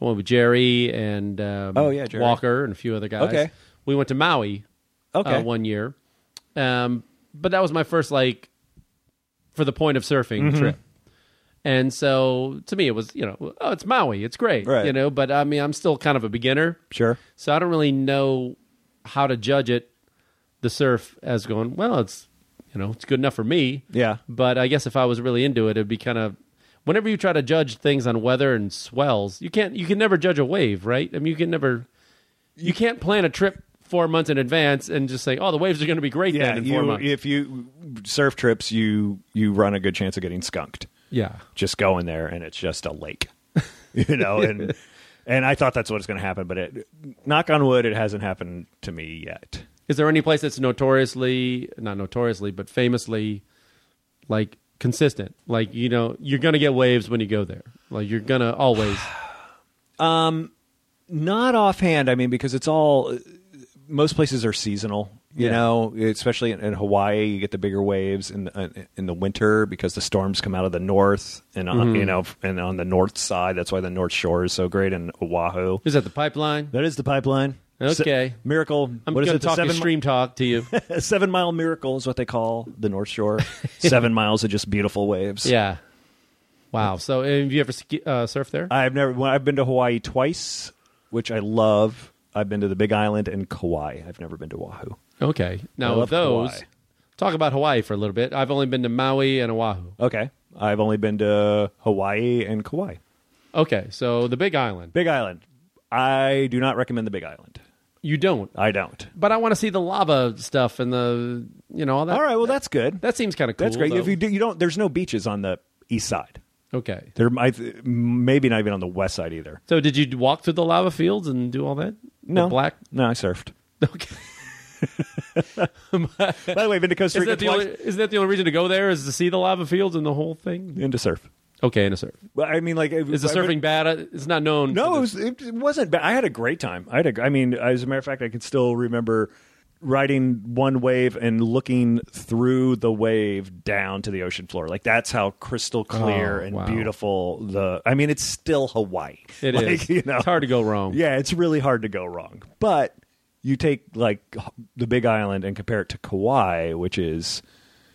C: I went with Jerry and um,
B: Oh, yeah, Jerry.
C: Walker and a few other guys.
B: Okay.
C: we went to Maui.
B: Okay.
C: uh, one year, um, but that was my first like for the point of surfing
B: Mm-hmm.
C: trip. And so to me, it was you know, oh, it's Maui, it's great,
B: Right.
C: you know. But I mean, I'm still kind of a beginner.
B: Sure.
C: So I don't really know how to judge it, the surf as going, well, it's you know, it's good enough for me.
B: Yeah.
C: But I guess if I was really into it, it'd be kind of whenever you try to judge things on weather and swells, you can't you can never judge a wave, right? I mean you can never you can't plan a trip four months in advance and just say, Oh, the waves are gonna be great then in four
B: you,
C: months.
B: if you surf trips, you you run a good chance of getting skunked.
C: yeah.
B: just go in there and it's just a lake you know and and i thought that's what was going to happen but it knock on wood it hasn't happened to me yet
C: Is there any place that's notoriously, not notoriously, but famously, like consistent? Like you know, you're gonna get waves when you go there. Like you're gonna always.
B: Not offhand. I mean, because it's all most places are seasonal. You
C: Yeah.
B: know, especially in, in Hawaii, you get the bigger waves in uh, in the winter because the storms come out of the north and on, you know and on the north side. That's why the North Shore is so great in Oahu.
C: Is that the pipeline?
B: That is the pipeline.
C: Okay.
B: Se- miracle.
C: I'm
B: what is
C: gonna
B: it? The
C: talk
B: seven, mi-
C: extreme talk to you.
B: seven mile miracle is what they call the North Shore. seven miles of just beautiful waves.
C: yeah. Wow. So have you ever ski, uh, surfed there?
B: I've never. Well, I've been to Hawaii twice, which I love. I've been to the Big Island and Kauai. I've never been to Oahu.
C: Okay.
B: I
C: Now
B: love
C: of those,
B: Hawaii.
C: talk about Hawaii for a little bit. I've only been to Maui and Oahu.
B: Okay, I've only been to Hawaii and Kauai.
C: Okay, so the Big Island.
B: Big Island. I do not recommend the Big Island.
C: You don't,
B: I don't.
C: but I want to see the lava stuff and the you know all that.
B: All right. Well, that's good.
C: that seems kind of Uh, cool.
B: that's great.
C: though.
B: If you do, you don't. There's no beaches on the east side.
C: okay,
B: There, I, th- maybe not even on the west side either.
C: so did you walk through the lava fields and do all that?
B: No
C: the black.
B: No, I surfed.
C: Okay,
B: By the way, I've been to Costa
C: is
B: Rica
C: that the
B: twice.
C: only, isn't that the only reason to go there is to see the lava fields and the whole thing?
B: And to surf.
C: Okay, and a surf.
B: Well, I mean, like,
C: Is the surfing bad? It's not known.
B: No, it,
C: for the-
B: was, it it wasn't bad. I had a great time. I had a. gr- I mean, as a matter of fact, I can still remember riding one wave and looking through the wave down to the ocean floor. Like that's how crystal clear
C: Oh,
B: and
C: wow.
B: beautiful the. I mean, it's still Hawaii.
C: It
B: like,
C: is.
B: You know,
C: It's hard to go wrong.
B: Yeah, it's really hard to go wrong. But you take like h- the Big Island and compare it to Kauai, which is,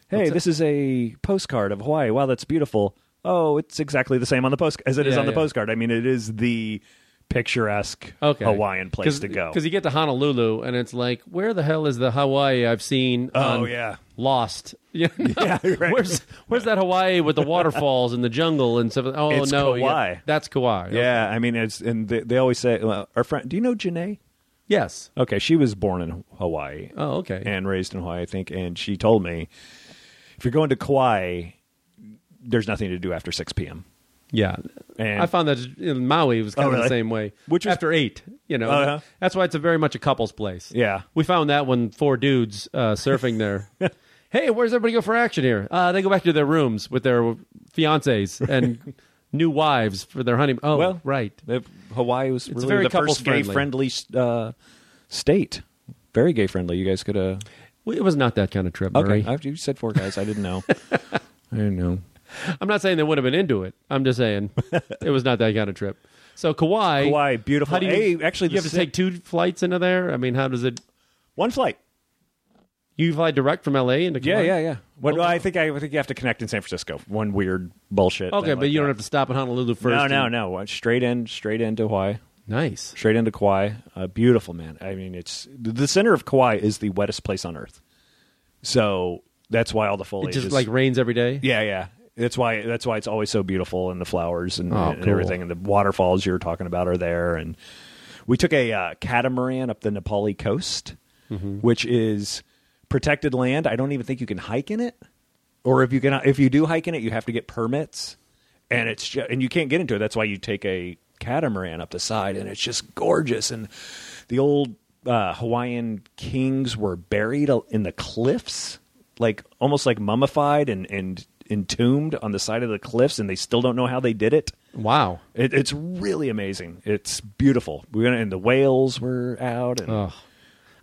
B: hey, this is a postcard of Hawaii. Wow, that's beautiful. Oh, it's exactly the same on the post as it is
C: Yeah,
B: on the
C: yeah.
B: postcard. I mean, it is the picturesque
C: Okay.
B: Hawaiian place to go.
C: because you get to Honolulu and it's like, where the hell is the Hawaii I've seen?
B: Oh,
C: on
B: yeah.
C: Lost. You know?
B: Yeah, right.
C: Where's Where's that Hawaii with the waterfalls and the jungle and stuff? Oh
B: It's
C: no, yeah,
B: Kauai.
C: that's Kauai.
B: yeah, I mean, it's and they, they always say well, our friend. Do you know Janae?
C: Yes.
B: Okay, she was born in Hawaii.
C: Oh, okay.
B: and raised in Hawaii, I think. And she told me, if you're going to Kauai, there's nothing to do after 6 p.m.
C: yeah.
B: And-
C: I found that in Maui it was kind
B: Oh,
C: of
B: really?
C: the same way.
B: Which is-
C: after eight, you know,
B: Uh-huh.
C: that's why it's a very much a couple's place.
B: Yeah.
C: We found that when four dudes uh, surfing there. hey, where's everybody go for action here? Uh, they go back to their rooms with their fiancés and new wives for their honeymoon. Oh,
B: Well,
C: right.
B: Uh, Hawaii was really
C: very
B: the first
C: couple-friendly.
B: gay-friendly uh, state. Very gay-friendly. You guys could have.
C: It was not that kind of trip,
B: Okay,
C: Murray.
B: I, you said four guys. I didn't know. I didn't know.
C: I'm not saying they would have been into it. I'm just saying it was not that kind of trip. So Kauai,
B: Hawaii, beautiful.
C: How do you,
B: Hey, actually,
C: you
B: the
C: have to
B: si-
C: take two flights into there. I mean, how does it?
B: One flight.
C: You fly direct from LA into Kauai?
B: Yeah, yeah, yeah. Well, I think I, I think you have to connect in San Francisco. One weird bullshit.
C: Okay, but you don't have to stop in Honolulu first.
B: No, no,
C: and-
B: no. Straight in, straight into Hawaii.
C: Nice.
B: straight into Kauai. Uh, beautiful, man. I mean, it's the center of Kauai is the wettest place on earth, so that's why all the
C: It
B: foliage
C: just
B: is
C: like rains every day.
B: yeah, yeah. That's why that's why it's always so beautiful, and the flowers and,
C: Oh,
B: and
C: cool.
B: everything, and the waterfalls you were talking about are there. And we took a uh, catamaran up the Nepali coast,
C: Mm-hmm.
B: which is protected land. I don't even think you can hike in it, or if you can, if you do hike in it, you have to get permits, and it's ju- and you can't get into it. That's why you take a catamaran up the side, and it's just gorgeous. And the old uh, Hawaiian kings were buried al- in the cliffs like almost like mummified and, and entombed on the side of the cliffs, and they still don't know how they did it.
C: Wow.
B: it it's really amazing. It's beautiful. We went, and the whales were out. And,
C: Oh,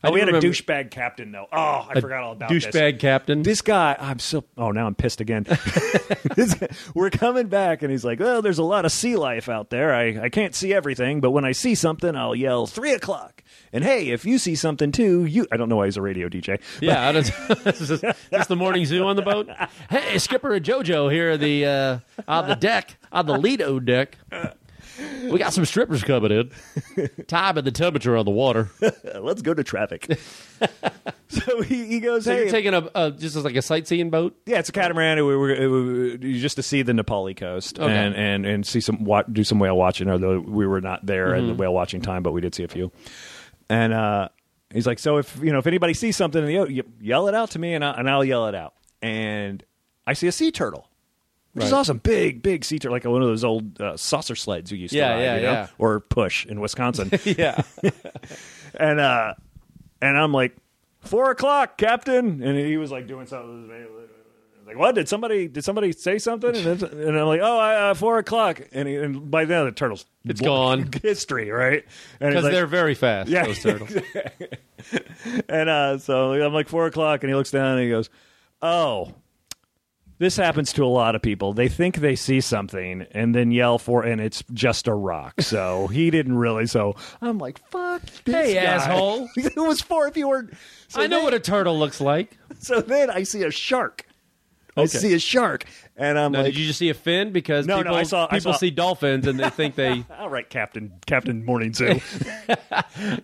B: oh, we
C: do
B: had a
C: remember-
B: douchebag captain though. Oh, I forgot all about this.
C: douchebag captain.
B: This guy, I'm so. Oh, now I'm pissed again. This guy- we're coming back, and he's like, "Well, there's a lot of sea life out there. I, I can't see everything, but when I see something, I'll yell three o'clock. And hey, if you see something too, you. I don't know why he's a radio DJ. but-
C: yeah, I don't- it's just, it's the morning zoo on the boat. Hey, skipper of JoJo here, the uh, on the deck, on the Lido deck. We got some strippers coming in. Time and the temperature on the water.
B: uh, let's go to traffic. so he, he goes,
C: So
B: hey,
C: you're taking a, a just as like a sightseeing boat.
B: yeah, it's a catamaran. We were, we were- just to see the Nepali coast
C: Okay.
B: and, and and see some wa- do some whale watching. Although we were not there at
C: Mm-hmm.
B: the whale watching time, but we did see a few. And uh, he's like, so if you know if anybody sees something, in the o- y- yell it out to me, and I'll, and I'll yell it out. And I see a sea turtle. Which is
C: Right.
B: awesome, big, big sea turtle, like one of those old uh, saucer sleds you used
C: Yeah,
B: to ride,
C: yeah,
B: you know?
C: yeah.
B: or push in Wisconsin.
C: Yeah,
B: and uh and I'm like, four o'clock, Captain. And he was like doing something. Like, what did somebody did somebody say something? And, it's- and I'm like, oh, I, uh, four o'clock. And, he, and by then the turtles,
C: It's
B: bl-
C: gone.
B: history, right? And
D: because
B: it's like-
D: they're very fast.
B: Yeah.
D: those turtles.
B: and uh, so I'm like four o'clock, and he looks down and he goes, "Oh, this happens to a lot of people. They think they see something and then yell for, and it's just a rock. So he didn't really. So I'm like, fuck this
C: Hey,
B: guy.
C: asshole.
B: it was four if you were. So
C: I know
B: then,
C: what a turtle looks like.
B: So then I see a shark. I see a shark, and I'm
C: Now,
B: like,
C: did you just see a fin? Because
B: No, no,
C: people,
B: I saw- I
C: people
B: saw-
C: see dolphins and they think they.
B: all right, Captain, Captain Morning Zoo.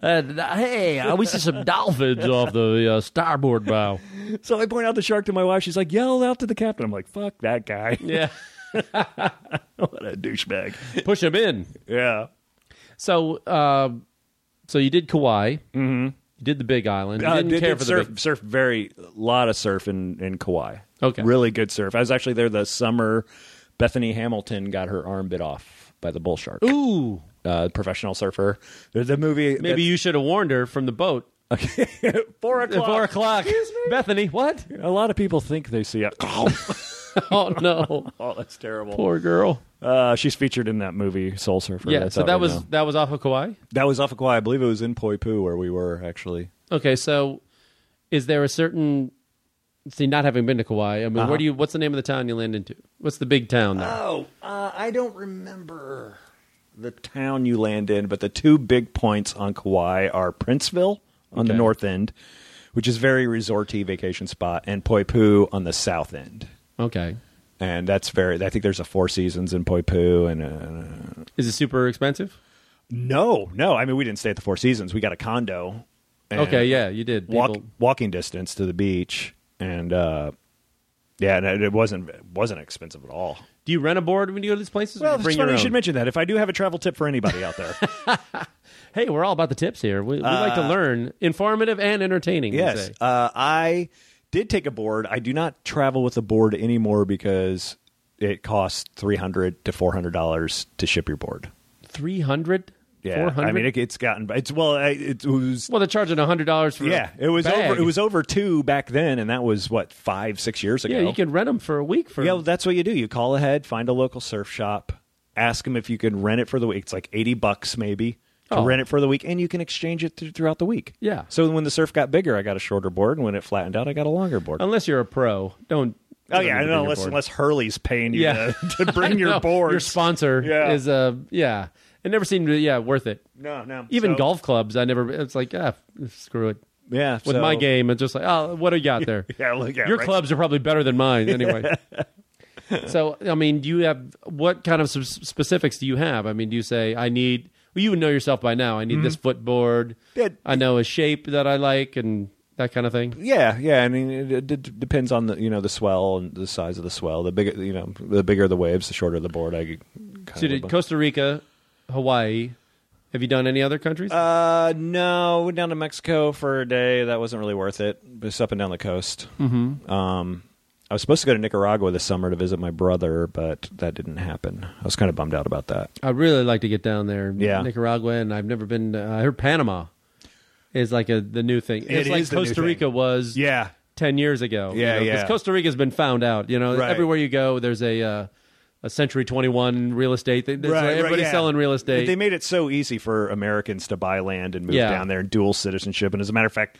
C: Uh, hey, we see some dolphins off the uh, starboard bow.
B: so I point out the shark to my wife. She's like, yell out to the captain. I'm like, fuck that guy.
C: Yeah,
B: what a douchebag.
C: push them in.
B: Yeah.
C: So, um, so you did Kauai. Mm-hmm. You did the Big Island. You
B: Uh,
C: didn't
B: did,
C: care
B: did
C: for the
B: surf,
C: big.
B: surf very lot of surf in in Kauai.
C: Okay.
B: really good surf. I was actually there the summer Bethany Hamilton got her arm bit off by the bull shark.
C: Ooh,
B: Uh, professional surfer. There's a movie.
C: maybe you should have warned her from the boat.
B: that's- four
C: At
B: o'clock.
C: four o'clock. Bethany, what?
B: A lot of people think they see it. Oh,
C: Oh no,
B: that's terrible.
C: poor girl.
B: Uh, she's featured in that movie Soul Surfer.
C: Yeah.
B: that's
C: So
B: out
C: that
B: right
C: was
B: now.
C: that was off of Kauai.
B: that was off of Kauai. I believe it was in Poipu where we were actually.
C: Okay. So, is there a certain? See, not having been to Kauai, I mean, where do you? What's the name of the town you land into? What's the big town there?
B: Oh, Uh-huh. uh, I don't remember the town you land in, but the two big points on Kauai are Princeville on the
C: Okay.
B: north end, which is very resorty vacation spot, and Poipu on the south end.
C: okay.
B: And that's very. I think there's a Four Seasons in Poipu, and uh,
C: Is it super expensive?
B: no, no. I mean, we didn't stay at the Four Seasons. We got a condo. and
C: okay. Yeah, you did.
B: walk,
C: People-
B: walking distance to the beach, and uh, yeah, and it wasn't wasn't expensive at all.
C: Do you rent a board when you go to these places?
B: Well,
C: or you
B: it's
C: bring
B: funny
C: your
B: you should
C: own?
B: mention that. If I do have a travel tip for anybody out there,
C: hey, we're all about the tips here. We, we like to learn, informative and entertaining. we
B: Uh, Yes,
C: say.
B: uh, I did take a board. I do not travel with a board anymore because it costs three hundred to four hundred dollars to ship your board.
C: 300
B: Yeah,
C: 400?
B: I mean it, it's gotten it's well I- it was
C: well, they're charging $100 for
B: yeah
C: a
B: it was
C: bag.
B: over it was over two back then and that was what five six years ago.
C: Yeah, you can rent them for a week for
B: Yeah, well, that's what you do. You call ahead, find a local surf shop, ask them if you can rent it for the week. It's like eighty bucks maybe. To
C: Oh.
B: rent it for the week, and you can exchange it th- throughout the week.
C: Yeah.
B: So when the surf got bigger, I got a shorter board, and when it flattened out, I got a longer board.
C: unless you're a pro. Don't
B: Oh
C: don't
B: yeah,
C: need
B: I know.
C: to bring your
B: Unless
C: board.
B: unless Hurley's paying you
C: Yeah.
B: to, to bring your
C: No,
B: board.
C: Your sponsor
B: Yeah.
C: is uh, yeah. It never seemed yeah, worth it.
B: no, no.
C: Even
B: So-
C: golf clubs, I never it's like, ah, screw it.
B: Yeah,
C: With
B: so-
C: my game, it's just like, oh, what do you got there?
B: Yeah, look at
C: Your
B: right?
C: clubs are probably better than mine anyway. so, I mean, do you have what kind of s- specifics do you have? I mean, do you say I need? Well, you would know yourself by now. I need this footboard.
B: Mm-hmm. Yeah.
C: I know a shape that I like and that kind of thing.
B: Yeah, yeah. I mean, it, it d- depends on the you know the swell and the size of the swell. The bigger you know, the bigger the waves, the shorter the board. I could kind
C: So,
B: of
C: did
B: live
C: Costa Rica, Hawaii. Have you done any other countries?
B: by. uh, no, went down to Mexico for a day. That wasn't really worth it. Just up and down the coast. Mm-hmm. Um, I was supposed to go to Nicaragua this summer to visit my brother, but that didn't happen. I was kind of bummed out about that.
C: I really like to get down there.
B: Yeah.
C: Nicaragua, and I've never been. Uh, I heard Panama is like a the new thing. it's like
B: is the new
C: Costa
B: thing.
C: Rica was.
B: Yeah,
C: 10 years ago.
B: Yeah,
C: you know, 'cause
B: yeah.
C: Costa Rica's been found out. You know,
B: Right.
C: everywhere you go, there's a uh, a Century 21 real estate. Thing. There's, uh, everybody's
B: yeah.
C: selling real estate.
B: They made it so easy for Americans to buy land and move
C: Yeah.
B: down there and dual citizenship. And as a matter of fact,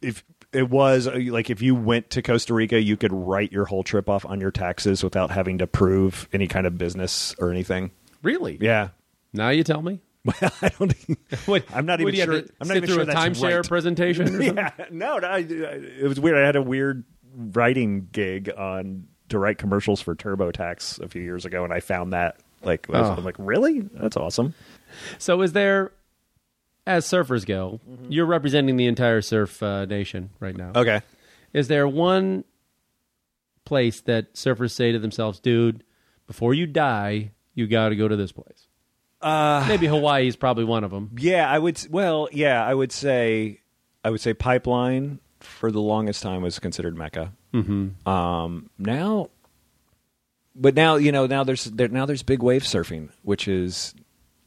B: if it was uh, like if you went to Costa Rica, you could write your whole trip off on your taxes without having to prove any kind of business or anything.
C: really?
B: Yeah.
C: Now you tell me.
B: Well, I don't. e-,
C: What,
B: I'm not
C: what,
B: even
C: do you have
B: sure-
C: to
B: I'm not
C: sit
B: even
C: through
B: sure
C: a
B: that's
C: timeshare
B: right.
C: presentation. Or something?
B: yeah. No, no, I, I- it was weird. I had a weird writing gig on to write commercials for TurboTax a few years ago, and I found that like I was-
C: Oh.
B: I'm like, really? That's awesome.
C: So is there, as surfers go,
B: Mm-hmm.
C: you're representing the entire surf uh, nation right now.
B: Okay.
C: Is there one place that surfers say to themselves, dude, before you die, you got to go to this place? Uh, Maybe Hawaii is probably one of them.
B: Yeah, I would. Well, yeah, I would say, I would say Pipeline for the longest time was considered Mecca. Mm-hmm. Um, now, but now you know now there's there, now there's big wave surfing, which is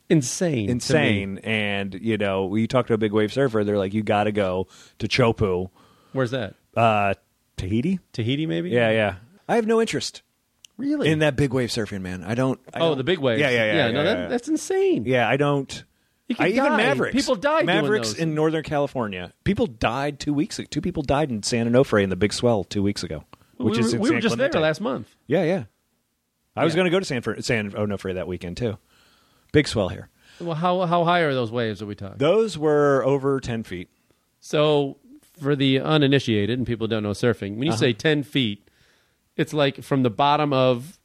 C: insane. to me.
B: insane. And you know, when you talk to a big wave surfer, they're like, you got to go to Chopu,
C: Where's that?
B: uh, Tahiti.
C: Tahiti, maybe.
B: Yeah, yeah. I have no interest
C: Really?
B: in that big wave surfing, man. I don't. I
C: oh,
B: don't-
C: the big waves.
B: Yeah, yeah, yeah. yeah,
C: no, that,
B: yeah.
C: that's insane.
B: Yeah, I don't.
C: You can
B: I, even
C: die.
B: Mavericks.
C: People die doing
B: Mavericks
C: those.
B: in Northern California. People died two weeks. ago. Two people died in San Onofre in the big swell two weeks ago. Which
C: we
B: is
C: were,
B: in
C: we
B: San
C: were just
B: Clemente.
C: there last month.
B: Yeah, yeah. I was
C: Yeah.
B: going to go to San Fer- San Onofre that weekend too. Big swell here.
C: Well, how how high are those waves? Are we talking?
B: Those were over ten feet.
C: So, for the uninitiated and people who don't know surfing,
B: Uh-huh.
C: when you say 10 feet, it's like from the bottom of,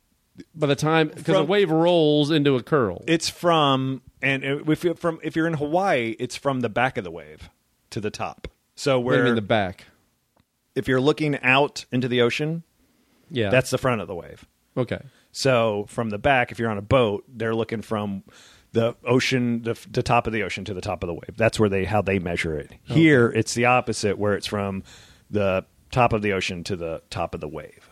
C: by the time, because a
B: From-
C: wave rolls into a curl.
B: It's from and if you're from if you're in Hawaii, it's from the back of the wave to the top. So
D: What do you
B: where
D: mean the back?
B: if you're looking out into the ocean,
C: yeah.
B: that's the front of the wave.
C: okay.
B: So from the back, if you're on a boat, they're looking from the ocean, the, the top of the ocean to the top of the wave. That's where they how they measure it. Here, it's the opposite, where it's from the top of the ocean to the top of the wave.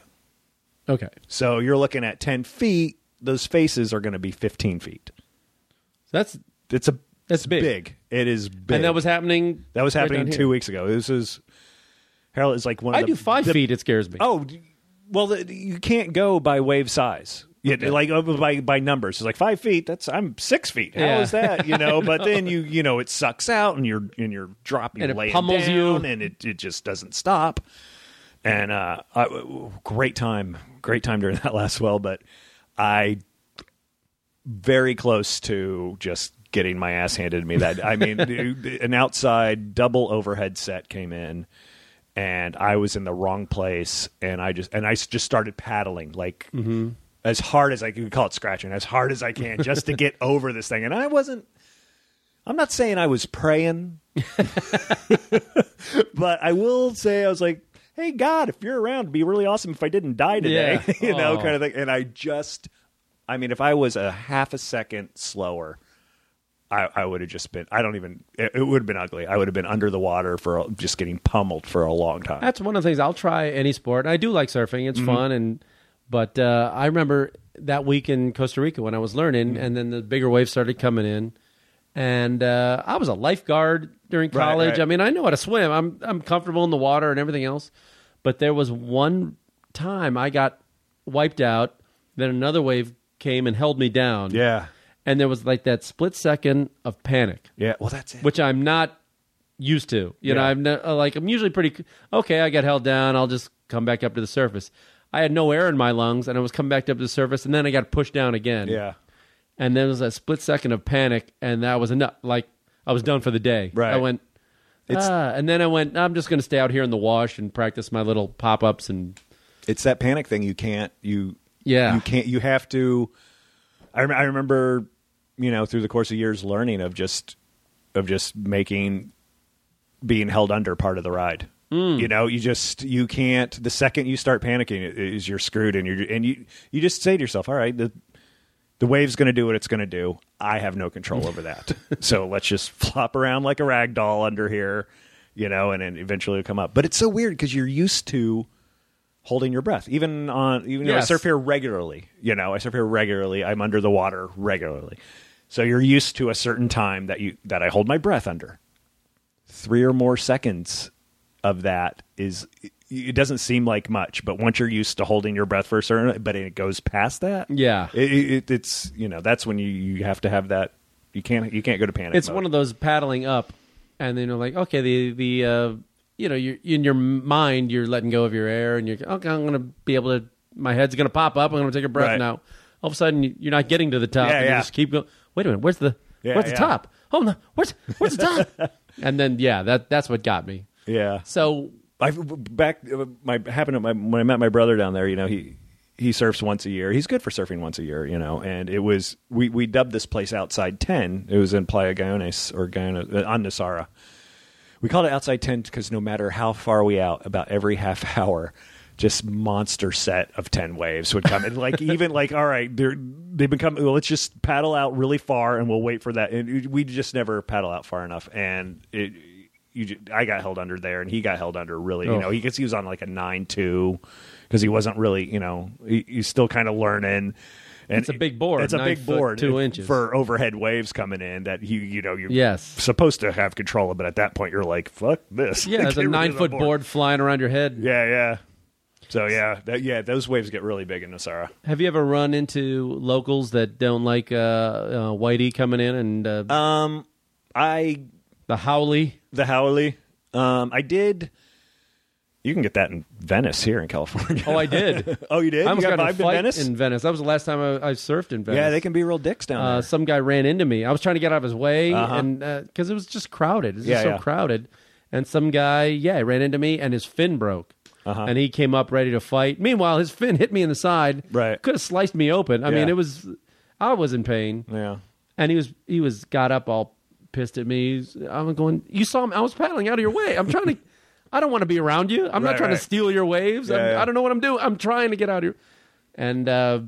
C: Okay.
B: So you're looking at 10 feet. Those faces are going to be 15 feet.
C: So that's,
B: It's a
C: That's big.
B: It is big.
C: and that was happening.
B: that was
C: right
B: happening
C: down here.
B: two weeks ago. This is Harold is like one. Of
C: I
B: the,
C: do five
B: the-
C: feet, it scares me.
B: Oh, d- well, th- you can't go by wave size. Yeah, like uh, by by numbers. It's like five feet. That's I'm six feet. How is
C: Yeah.
B: that? You know, but then you you know it sucks out and you're and you're dropping
C: And it
B: laying
C: pummels you.
B: down, and it it just doesn't stop. And uh, I, w- great time, great time during that last well, but I very close to just getting my ass handed to me that i mean dude, an outside double overhead set came in and i was in the wrong place and i just and i s- just started paddling like
C: Mm-hmm.
B: as hard as i could we call it scratching as hard as i can just to get over this thing and i wasn't i'm not saying i was praying but i will say i was like hey god if you're around it'd be really awesome if i didn't die today
C: Yeah. Oh.
B: you know
C: Aw.
B: kind of thing and i just I mean, if I was a half a second slower, I, I would have just been. I don't even. It, it would have been ugly. I would have been under the water for a- just getting pummeled for a long time.
C: That's one of the things I'll try any sport. And I do like surfing;
B: Mm-hmm.
C: it's fun. And but uh, I remember that week in Costa Rica when I was learning,
B: Mm-hmm.
C: and then the bigger waves started coming in, and uh, I was a lifeguard during
B: Right,
C: college.
B: right.
C: I mean, I know how to swim. I'm I'm comfortable in the water and everything else. But there was one time I got wiped out. Then another wave came and held me down.
B: yeah,
C: and there was like that split second of panic
B: yeah. Well, that's it.
C: which I'm not used to. You know,
B: Yeah.
C: I'm not, uh, like I'm usually pretty c- okay. I got held down. I'll just come back up to the surface. I had no air in my lungs, and I was coming back up to the surface, and then I got pushed down again.
B: yeah,
C: and there was a split second of panic, and that was enough. Like I was done for the day.
B: Right.
C: I went. ah, and then I went. I'm just going to stay out here in the wash and practice my little pop ups and
B: it's that panic thing. You can't. You
C: Yeah.
B: You can't. You have to. I rem- I remember, you know, through the course of years, learning of just of just making being held under part of the ride. You know, you just you can't. The second you start panicking, it- it is you're screwed, and you and you you just say to yourself, "All right, the the wave's going to do what it's going to do. I have no control over that. so let's just flop around like a rag doll under here, you know, and then eventually it'll come up. But it's so weird because you're used to holding your breath, even on even though I
C: Yes.
B: surf here regularly. You know, I surf here regularly. I'm under the water regularly, so you're used to a certain time that you that I hold my breath under. Three or more seconds of that is it- it doesn't seem like much, but once you're used to holding your breath for a certain, but it goes past that,
C: yeah.
B: it, it, it- it's you know that's when you, you have to have that you can't you can't go to panic.
C: it's one of those paddling up and then you're like okay the the uh you know you're in your mind you're letting go of your air and you're okay i'm gonna be able to my head's gonna pop up i'm gonna take a breath
B: Right.
C: now all of a sudden you- you're not getting to the top
B: Yeah,
C: and you
B: yeah.
C: just keep going wait a minute where's the
B: Yeah,
C: where's
B: yeah.
C: the top oh no where's where's the top and then yeah that that's what got me
B: yeah.
C: so
B: I back my happened at my when I met my brother down there. You know he he surfs once a year. He's good for surfing once a year. You know, and it was we we dubbed this place outside ten. It was in Playa Guiones or Guiana uh, on Nasara. We called it outside ten because no matter how far we out, about every half hour, just monster set of ten waves would come. And like even like all right, they're they become well, let's just paddle out really far and we'll wait for that. And we just never paddle out far enough. And it you ju- I got held under there and he got held under really.
D: Oh.
B: You know he gets he was on like a nine two because he wasn't really you know he, he's still kind of learning. And
D: It's a big board,
B: It's a
D: nine
B: big
D: foot,
B: board,
D: two
B: for
D: inches.
B: overhead waves coming in that you you know you're
C: Yes.
B: supposed to have control of, but at that point you're like fuck this.
D: Yeah,
B: Get
D: there's
B: rid
D: a
B: of the
D: nine foot board. flying around your head.
B: Yeah, yeah. So yeah, that, yeah, those waves get really big in Nasara.
C: Have you ever run into locals that don't like uh, uh, Whitey coming in and uh,
B: Um, I
C: the Howley?
B: the Howley. Um, I did. You can get that in Venice here in California.
C: Oh, I did.
B: Oh, you did.
C: I
B: you
C: almost
B: got
C: got, in a
B: vibed in
C: fight
B: Venice.
C: in Venice. That was the last time I, I surfed in Venice.
B: yeah, they can be real dicks down
C: Uh,
B: there.
C: some guy ran into me. I was trying to get out of his way,
B: Uh-huh.
C: and because it was just crowded, it was
B: Yeah,
C: just so
B: yeah.
C: crowded. And some guy, yeah, ran into me, and his fin broke,
B: Uh-huh.
C: and he came up ready to fight. Meanwhile, his fin hit me in the side.
B: Right.
C: could have sliced me open. I
B: Yeah.
C: mean, it was, I was in pain,
B: Yeah.
C: and he was, he was got up all pissed at me. He's- I'm going, you saw him. I was paddling out of your way. I'm trying to. I don't want to be around you. I'm
B: Right,
C: not trying
B: right.
C: to steal your waves. I'm-
B: Yeah, yeah.
C: I don't know what I'm doing. I'm trying to get out of here. And uh,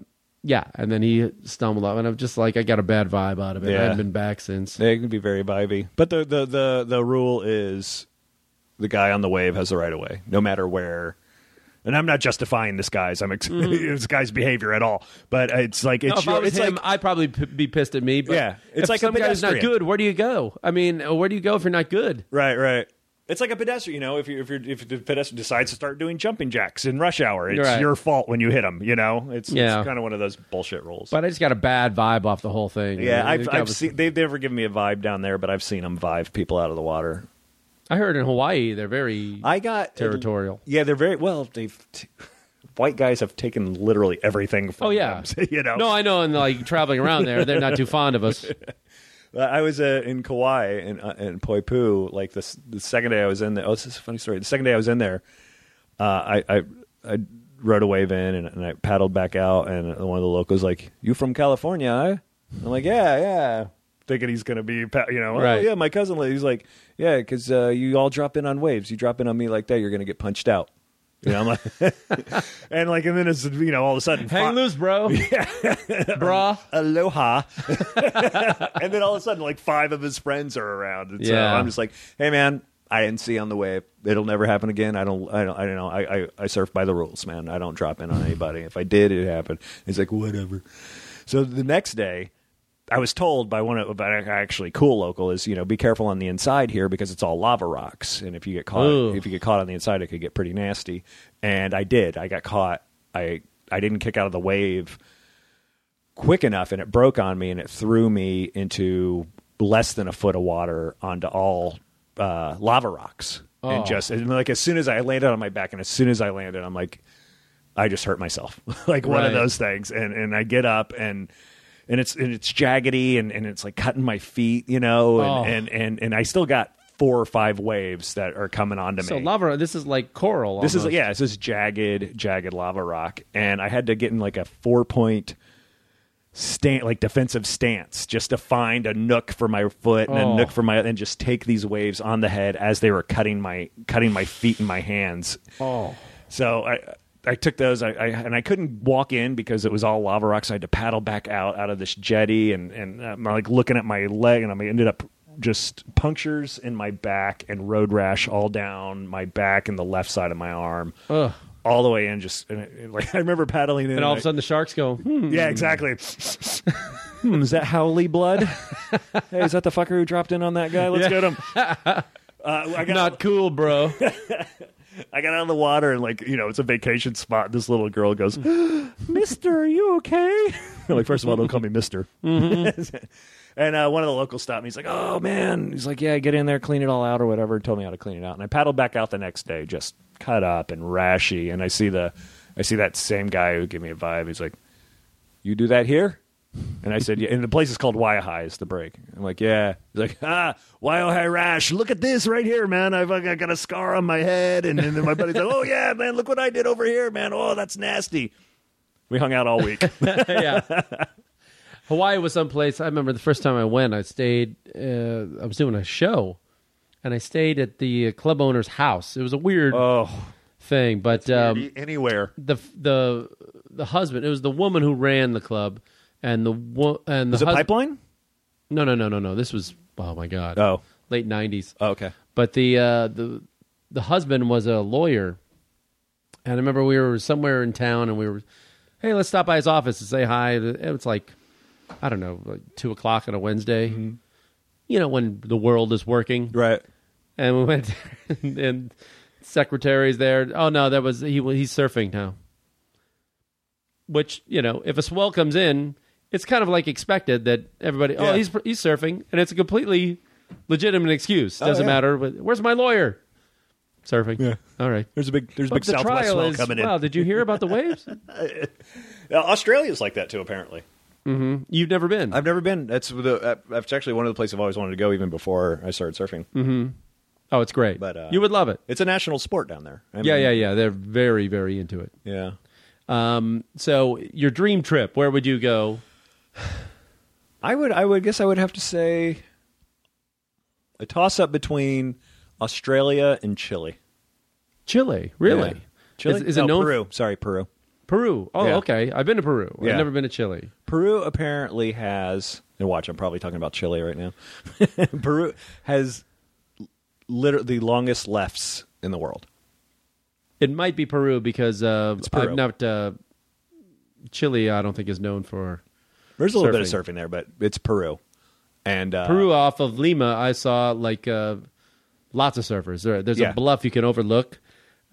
C: yeah, and then he stumbled up, and I'm just like, I got a bad vibe out of it.
B: Yeah.
C: I haven't been back since.
B: They can be very vibey. But the, the, the, the rule is the guy on the wave has the right of way, no matter where. And I'm not justifying this guy's I'm ex- this guy's behavior at all, but it's like
C: Mm-hmm. No,
B: it's,
C: Oh, if I
B: your-
C: was
B: it's
C: him,
B: like
C: I'd probably p- be pissed at me. But
B: Yeah, it's
C: if
B: like a
C: some guy's not
B: pedestrian.
C: good. Where do you go? I mean, where do you go if you're not good?
B: right, right. It's like a pedestrian, you know. If you if you if the pedestrian decides to start doing jumping jacks in rush hour, it's
C: Right.
B: your fault when you hit him. You know, it's,
C: Yeah.
B: it's kind of one of those bullshit rules.
C: But I just got a bad vibe off the whole thing.
B: yeah,
C: I
B: I've,
C: think I
B: I've
C: was-
B: seen they've never given me a vibe down there, but I've seen them vibe people out of the water.
C: I heard in Hawaii they're very.
B: I got
C: Territorial.
B: yeah, they're very well. They've t- white guys have taken literally everything. From
C: oh yeah,
B: them, you know.
C: No, I know, and like traveling around there, they're not too fond of us.
B: Uh, I was uh, in Kauai in uh, in Poipu. Like the s- the second day I was in there. Oh, this is a funny story. The second day I was in there, uh, I, I I rode a wave in and, and I paddled back out, and one of the locals like, "You from California?" Eh? I'm like, "Yeah, yeah." Thinking he's gonna be, pa- you know, oh
C: Right.
B: yeah, my cousin. li-" He's like, yeah, because uh, you all drop in on waves. You drop in on me like that, you're gonna get punched out. You know, I'm like, and like, and then it's you know, all of a sudden,
C: Hang
B: fi-
C: loose, bro. Bruh.
B: aloha and then all of a sudden like five of his friends are around and so
C: Yeah.
B: i'm just like hey man i didn't see you on the wave it'll never happen again i don't i don't i don't know I, I i surf by the rules man i don't drop in on anybody if i did it happened he's like whatever so the next day I was told by one of by an actually cool local is you know be careful on the inside here because it's all lava rocks and if you get caught
C: Ooh.
B: if you get caught on the inside it could get pretty nasty and I did I got caught I I didn't kick out of the wave quick enough and it broke on me and it threw me into less than a foot of water onto all uh, lava rocks and
C: Oh.
B: just and like as soon as I landed on my back and as soon as I landed I'm like I just hurt myself like one of
C: Right.
B: those things and and I get up and and it's and it's jaggedy and, and it's like cutting my feet you know and,
C: Oh.
B: and and and I still got four or five waves that are coming onto
C: So
B: me
C: lava, this is like coral.
B: this is
C: almost.
B: yeah, it's this jagged, jagged lava rock, and I had to get in like a four point stand, like defensive stance, just to find a nook for my foot and a
C: Oh.
B: nook for my, and just take these waves on the head as they were cutting my cutting my feet and my hands.
C: Oh,
B: So I. I took those, I, I and I couldn't walk in because it was all lava rocks. I had to paddle back out out of this jetty, and and I'm like looking at my leg, and I ended up just punctures in my back and road rash all down my back and the left side of my arm
C: Ugh.
B: all the way in. Just and it- like I remember paddling in,
C: and all of a
B: like-
C: sudden the sharks go. Hmm.
B: yeah, exactly. hmm, is that Howley blood? hey, is that the fucker who dropped in on that guy? Let's get him. Uh, I got
C: Not cool, bro.
B: I got out of the water and like you know it's a vacation spot. This little girl goes, "Mister, are you okay?" I'm like, first of all, don't call me Mister. and uh, one of the locals stopped me. He's like, "Oh man," he's like, "Yeah, get in there, clean it all out or whatever." And told me how to clean it out. And I paddled back out the next day, just cut up and rashy. And I see the, I see that same guy who gave me a vibe. He's like, "You do that here?" And I said, yeah. And the place is called Waiahai is the break. I'm like, yeah. He's like, ah, Waiahai rash. Look at this right here, man. I've I got a scar on my head. And, and then my buddy's like, oh, yeah, man, look what I did over here, man. Oh, that's nasty. We hung out all week.
C: yeah. Hawaii was someplace. I remember the first time I went. I stayed. Uh, I was doing a show, and I stayed at the uh, club owner's house. It was a weird
B: oh, e-
C: thing, but um,
B: anywhere.
C: the the the husband. It was the woman who ran the club, and the wo- and the
B: Is it
C: hus-
B: pipeline?
C: No, no, no, no, no. This was oh my god.
B: Oh.
C: late nineties.
B: Oh, okay.
C: But the uh, the the husband was a lawyer, and I remember we were somewhere in town, and we were hey, let's stop by his office and say hi. And It's like, I don't know, like two o'clock on a Wednesday. You know, when the world is working.
B: Right.
C: And we went and, and secretary's there. Oh no, that was he. He's surfing now. Which you know, if a swell comes in, it's kind of like expected that everybody. Oh,
B: Yeah.
C: he's he's surfing, and it's a completely legitimate excuse. Doesn't
B: Oh, yeah.
C: matter. But where's my lawyer? Surfing.
B: Yeah.
C: All right.
B: There's a big there's a big
C: But the
B: southwest
C: trial
B: swell
C: is,
B: coming
C: Wow,
B: in.
C: did you hear about the waves?
B: Uh, Australia's like that too, apparently.
C: You've never been.
B: I've never been. That's the uh, that's actually one of the places I've always wanted to go, even before I started surfing.
C: oh, it's great.
B: But, uh,
C: you would love it.
B: It's a national sport down there. I
C: yeah,
B: mean,
C: yeah, yeah. They're very, very into it.
B: yeah.
C: Um, so your dream trip, where would you go?
B: I would I would guess I would have to say a toss up between Australia and Chile.
C: Chile, really?
B: Yeah. Chile
C: Is, is
B: no,
C: it known
B: Peru? Sorry, Peru.
C: Peru. Oh,
B: Yeah.
C: okay. I've been to Peru.
B: Yeah.
C: I've never been to Chile.
B: Peru apparently has and watch, I'm probably talking about Chile right now. Peru has literally the longest lefts in the world.
C: It might be Peru because uh,
B: Peru.
C: I've not. Uh, Chile, I don't think is known for
B: There's a little bit
C: Surfing.
B: of surfing there, but it's Peru. And uh,
C: Peru. Off of Lima, I saw like uh, lots of surfers. There, there's
B: Yeah.
C: a bluff you can overlook,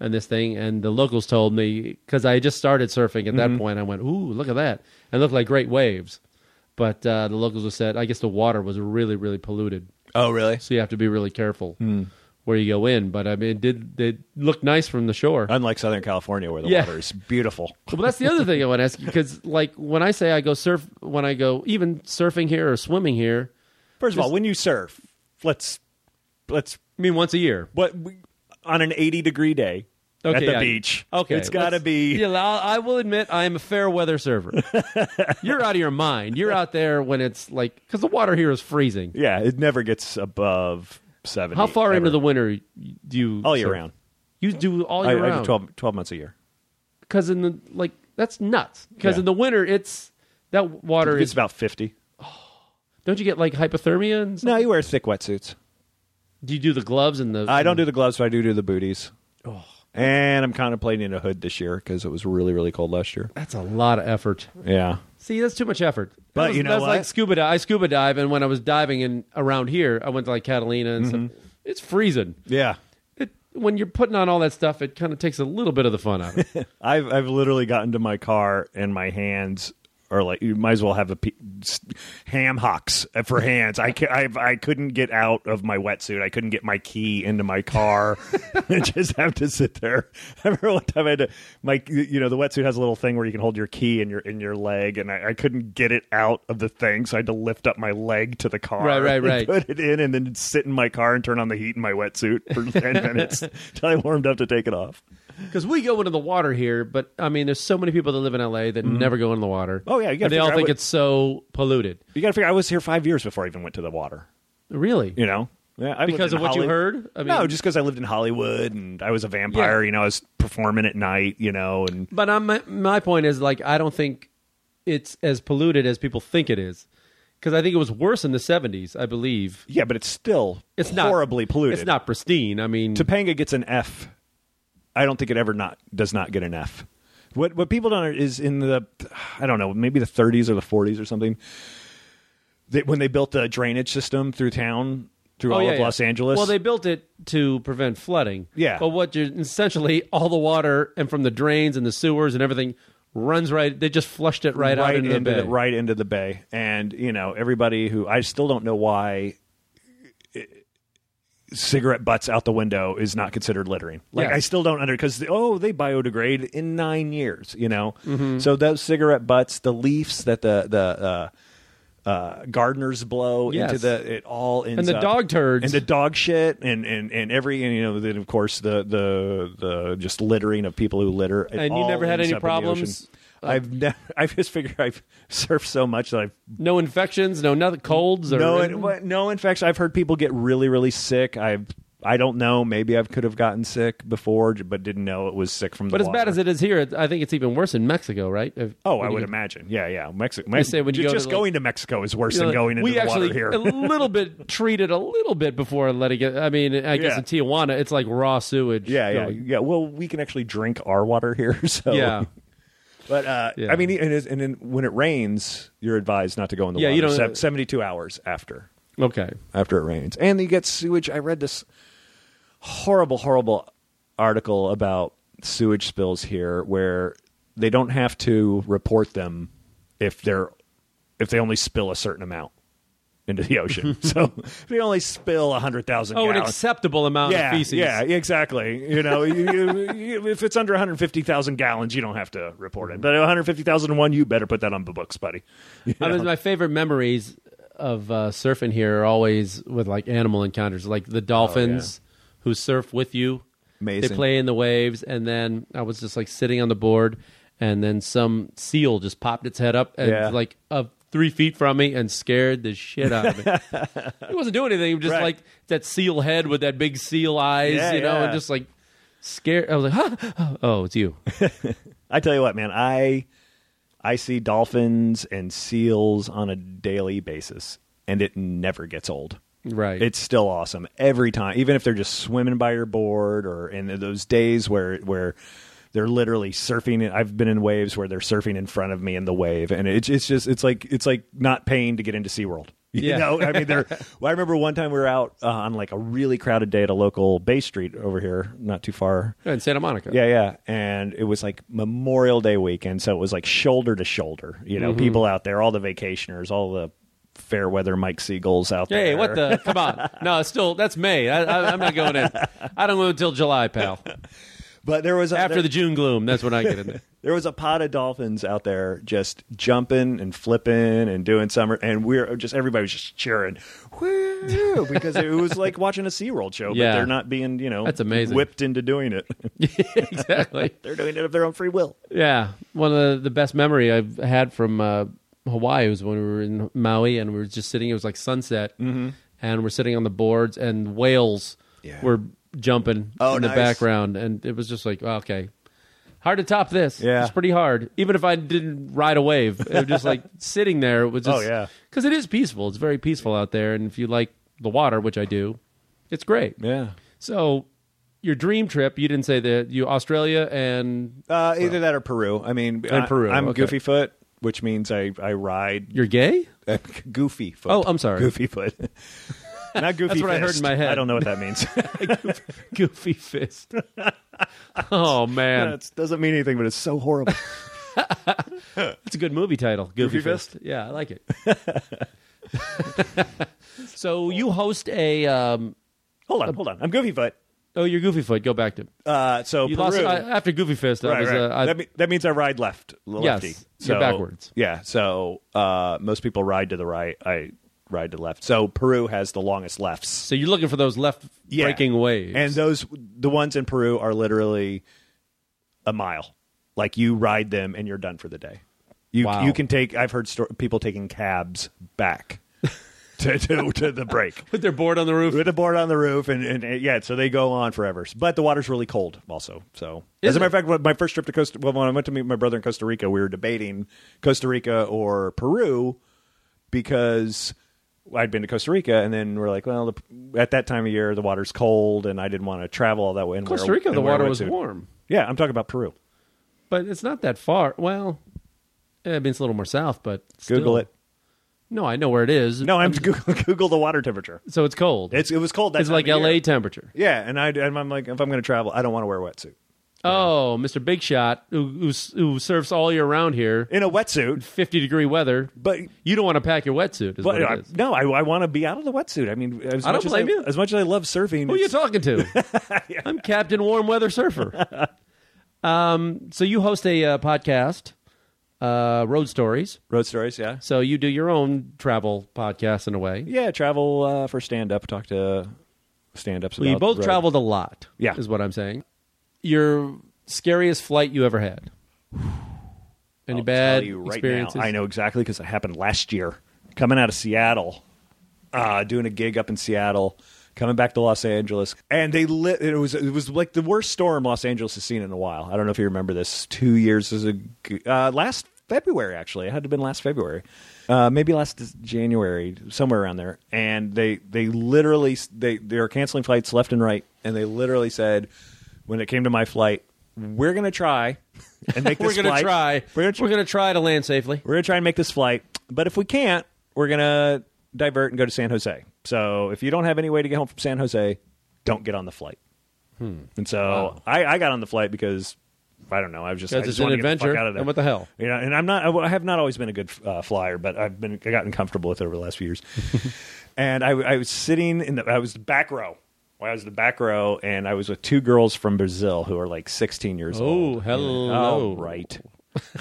C: and this thing. And the locals told me because I just started surfing at
B: Mm-hmm.
C: that point. I went, "Ooh, look at that!" And it looked like great waves. But uh, the locals have said, I guess the water was really, really polluted.
B: Oh, really?
C: so you have to be really careful
B: Hmm.
C: where you go in. But I mean, it did they look nice from the shore?
B: Unlike Southern California, where the
C: Yeah.
B: water is beautiful.
C: well, that's the other thing I want to ask you because, like, when I say I go surf, when I go even surfing here or swimming here,
B: First of all, when you surf, let's let's
C: I mean once a year.
B: what we- on an 80 degree day at
C: Okay,
B: the
C: yeah.
B: beach.
C: Okay,
B: it's got to
C: let's-
B: be.
C: Yeah, I'll- I will admit I am a fair weather surfer. You're out of your mind. You're out there when it's like because the water here is freezing.
B: Yeah, it never gets above 70.
C: How far
B: ever.
C: into the winter do you
B: all year
C: surf?
B: round?
C: You do all
B: I,
C: year
B: I do
C: round.
B: 12, 12 months a year.
C: because in the like that's nuts. Because
B: Yeah.
C: in the winter it's that water
B: It's
C: is.
B: about 50.
C: Don't you get like hypothermia? And stuff?
B: No, you wear thick wetsuits.
C: Do you do the gloves and the?
B: I don't do the gloves, but I do do the booties.
C: Oh.
B: And I'm contemplating a hood this year because it was really, really cold last year.
C: That's a lot of effort.
B: Yeah.
C: See, that's too much effort. That
B: But
C: was-
B: you know
C: that's
B: what?
C: like scuba. Di- I scuba dive, and when I was diving in around here, I went to like Catalina and
B: Mm-hmm.
C: stuff. It's freezing.
B: Yeah.
C: It, when you're putting on all that stuff, it kind of takes a little bit of the fun out of it.
B: I've I've literally gotten to my car and my hands are like you might as well have a pe- s- ham hocks for hands. I can, I've, I couldn't get out of my wetsuit. I couldn't get my key into my car. I just have to sit there. I remember one time I had to, my you know the wetsuit has a little thing where you can hold your key in your in your leg, and I, I couldn't get it out of the thing, so I had to lift up my leg to the car.
C: Right, right,
B: and
C: right.
B: Put it in, and then sit in my car and turn on the heat in my wetsuit for ten minutes until I warmed up to take it off.
C: Because we go into the water here, but I mean, there's so many people that live in LA that never go into the water.
B: Mm-hmm. Oh, yeah, you gotta
C: And they all
B: figure out
C: think
B: what-
C: it's so polluted.
B: You got to figure. I was here five years before I even went to the water.
C: Really?
B: You know, yeah, I lived
C: Because
B: in
C: of what you
B: Holly-
C: heard? I
B: no,
C: mean-
B: just because I lived in Hollywood and I was a vampire.
C: Yeah.
B: You know, I was performing at night. You know, and
C: But I'm, my- my point is, like, I don't think it's as polluted as people think it is. Because I think it was worse in the 70s, I believe.
B: yeah, but it's still
C: It's not
B: horribly polluted.
C: It's not pristine. I mean,
B: Topanga gets an F. I don't think it ever not does not get an F. What what people don't know is in the I don't know maybe the 30s or the 40s or something. That when they built the drainage system through town through all
C: Oh, yeah,
B: of
C: yeah.
B: Los Angeles.
C: Well, they built it to prevent flooding.
B: Yeah.
C: But what you're essentially all the water and from the drains and the sewers and everything runs right. They just flushed it right, out into, the bay.
B: right into the bay, and you know everybody who I still don't know why eh, cigarette butts out the window is not considered littering. Like
C: Yeah.
B: I still don't under because oh they biodegrade in nine years, you know.
C: Mm-hmm.
B: So those cigarette butts, the leaves that the the uh, uh, gardeners blow
C: Yes.
B: into the it all ends
C: the
B: up-
C: dog turds.
B: and the dog shit and and and every and, you know then of course the the the just littering of people who litter it
C: And you
B: all
C: never had
B: ends up
C: any
B: in the ocean.
C: problems? Uh,
B: I've never. I've just figured I've surfed so much that I've
C: No infections, no nothing, colds or
B: no
C: anything?
B: what- no infection. I've heard people get really really sick. I've I don't know. Maybe I could have gotten sick before, j- but didn't know it was sick from the.
C: But as bad
B: water.
C: as it is here, it, I think it's even worse in Mexico, right? If-
B: Oh,
C: when
B: I
C: you
B: would
C: get-
B: imagine. Yeah, yeah. Mexico.
C: say when you go to
B: just
C: the-
B: going to Mexico is worse than
C: you know,
B: going into
C: we
B: the
C: actually
B: water here.
C: a little bit treated a little bit before letting it. I mean, I guess
B: Yeah.
C: in Tijuana, it's like raw sewage.
B: yeah, yeah,
C: going.
B: yeah. Well, we can actually drink our water here. So
C: yeah.
B: But uh,
C: Yeah.
B: I mean, and, it's- and then when it rains, you're advised not to go in the
C: Yeah,
B: water.
C: you don't-
B: se- 72 hours after
C: Okay.
B: after it rains, and you get sewage. I read this horrible, horrible article about sewage spills here, where they don't have to report them if they're if they only spill a certain amount into the ocean. so if they only spill hundred thousand
C: Oh, an
B: gallons,
C: acceptable amount
B: yeah,
C: of feces.
B: Yeah, exactly. You know, you, you, you- if it's under 150,000 gallons, you don't have to report it. But 150,001, you better put that on the books, buddy.
C: I mean, my favorite memories of uh, surfing here are always with like animal encounters, like the dolphins who surf with you. They
B: Oh, Amazing.
C: play in the waves, and then I was just like sitting on the board, and then some seal just popped its head up and
B: Yeah.
C: like up three feet from me and scared the shit out of me. he wasn't doing anything. He was just
B: Right.
C: like that seal head with that big seal eyes,
B: Yeah,
C: you know,
B: yeah.
C: and just like scared. I was like, huh? oh, it's you.
B: I tell you what, man, I I see dolphins and seals on a daily basis, and it never gets old.
C: Right.
B: It's still awesome every time, even if they're just swimming by your board or in those days where where they're literally surfing. in- I've been in waves where they're surfing in front of me in the wave, and it's it's just it's like it's like not paying to get into SeaWorld. You
C: Yeah.
B: know, I mean, they're. Well, I remember one time we were out uh, on like a really crowded day at a local Bay Street over here, not too far
C: in Santa Monica.
B: yeah, yeah. And it was like Memorial Day weekend, so it was like shoulder to shoulder. You
C: Mm-hmm.
B: know, people out there, all the vacationers, all the fair weather Mike Seagulls out there.
C: Hey, what the? Come on. No, it's still that's May. I, I, I'm not going in. I don't go until July, pal.
B: But there was a,
C: After
B: there,
C: the June gloom, that's when I get in there.
B: there was a pod of dolphins out there just jumping and flipping and doing summer, and we're just everybody was just cheering, woo, because it was like watching a SeaWorld show,
C: Yeah.
B: but they're not being you know
C: That's amazing.
B: whipped into doing it.
C: exactly.
B: they're doing it of their own free will.
C: Yeah, one of the, the best memory I've had from uh, Hawaii was when we were in Maui and we were just sitting. It was like sunset, and we're sitting on the boards, and whales
B: Mm-hmm. Yeah.
C: were jumping
B: Oh,
C: in the
B: nice.
C: background, and it was just like oh, okay. Hard to top this.
B: Yeah.
C: it's pretty hard. Even if I didn't ride a wave, it was just like sitting there it was just.
B: Oh, yeah.
C: because it is peaceful. It's very peaceful out there, and if you like the water, which I do, it's great.
B: Yeah.
C: So, your dream trip, you didn't say that you Australia and
B: Uh, either that or Peru. I mean, I,
C: Peru,
B: I'm
C: okay.
B: goofy foot, which means I, I ride
C: you're gay.
B: goofy foot.
C: Oh, I'm sorry.
B: goofy foot. Not goofy.
C: That's what I heard
B: fist.
C: in my head.
B: I don't know what that means.
C: goofy fist. oh man,
B: That doesn't mean anything, but it's so horrible.
C: that's a good movie title. Goofy,
B: Goofy
C: fist?
B: Fist?
C: Yeah, I like it. so you host a. Um,
B: hold on, hold on. I'm goofy foot.
C: oh, you're Goofy Foot. Go back to.
B: Uh, so
C: You
B: Peru.
C: lost I, after Goofy Fist. I
B: right,
C: was.
B: right.
C: Uh, I,
B: that, me- that means I ride left, lefty.
C: you're backwards.
B: Yeah. So uh, most people ride to the right. I ride to the left. So Peru has the longest lefts.
C: so you're looking for those left
B: Yeah.
C: breaking waves.
B: And those the ones in Peru are literally a mile. Like you ride them and you're done for the day. You
C: Wow.
B: you can take I've heard sto- people taking cabs back to, to to the break.
C: put their board on the roof.
B: With a board on the roof and, and, and, yeah, so they go on forever. But the water's really cold also. So
C: Is
B: as a matter
C: it?
B: of fact, when my first trip to Costa well, when I went to meet my brother in Costa Rica, we were debating Costa Rica or Peru because I'd been to Costa Rica, and then we're like, well, the, at that time of year, the water's cold, and I didn't want to travel all that way. And where-
C: Costa Rica,
B: and
C: the
B: where I
C: water
B: went
C: was
B: to-
C: warm,
B: Yeah, I'm talking about Peru.
C: but it's not that far. Well, eh, I mean it's a little more south, but still.
B: Google it.
C: No, I know where it is.
B: No, I'm Google, Google the water temperature.
C: so it's cold.
B: It's it was cold. That
C: it's
B: time
C: like
B: of
C: LA
B: year.
C: temperature.
B: Yeah, and I and I'm like, if I'm going to travel, I don't want to wear a wetsuit.
C: Oh, Mr. Big Shot, who, who, who surfs all year round here,
B: In a wetsuit,
C: 50 degree weather.
B: but
C: You don't want to pack your wetsuit, is
B: But
C: what
B: I-
C: it is.
B: no, I, I want to be out of the wetsuit. I mean, as
C: I don't
B: much
C: blame
B: as
C: you.
B: As much as I love surfing,
C: Who are you
B: it's-
C: talking to? I'm Captain Warm Weather Surfer. um, so you host a uh, podcast, uh, Road Stories.
B: road stories. Yeah,
C: So you do your own travel podcast in a way.
B: yeah. Travel uh, for stand up. Talk to stand ups.
C: Well, you both traveled a lot,
B: Yeah.
C: is what I'm saying. Your scariest flight you ever had? Any bad experiences?
B: I know exactly because it happened last year. Coming out of Seattle, uh, doing a gig up in Seattle, coming back to Los Angeles, and they lit. It was it was like the worst storm Los Angeles has seen in a while. I don't know if you remember this. Two years is a uh, last February actually. It had to have been last February, uh, maybe last Dec- January, somewhere around there. And they they literally they they were canceling flights left and right, and they literally said when it came to my flight, we're gonna try and make
D: We're
B: this
D: gonna
B: flight.
D: try.
B: We're
D: We're
B: gonna,
D: gonna,
B: tr-
D: try to land safely.
B: we're gonna try and make this flight, but if we can't, we're gonna divert and go to San Jose. So if you don't have any way to get home from San Jose, don't get on the flight.
C: Hmm.
B: And so I, I got on the flight because I don't know. I was just I
C: Because
B: just
C: it's an
B: wanted to get the fuck
C: adventure,
B: out of there.
C: and what the hell?
B: You know, and I'm not. I have not always been a good uh, flyer, but I've been I gotten comfortable with it over the last few years. and I, I was sitting in the. I was the back row. I was the back row, and I was with two girls from Brazil who are like 16 years old.
C: Oh, hello.
B: All right.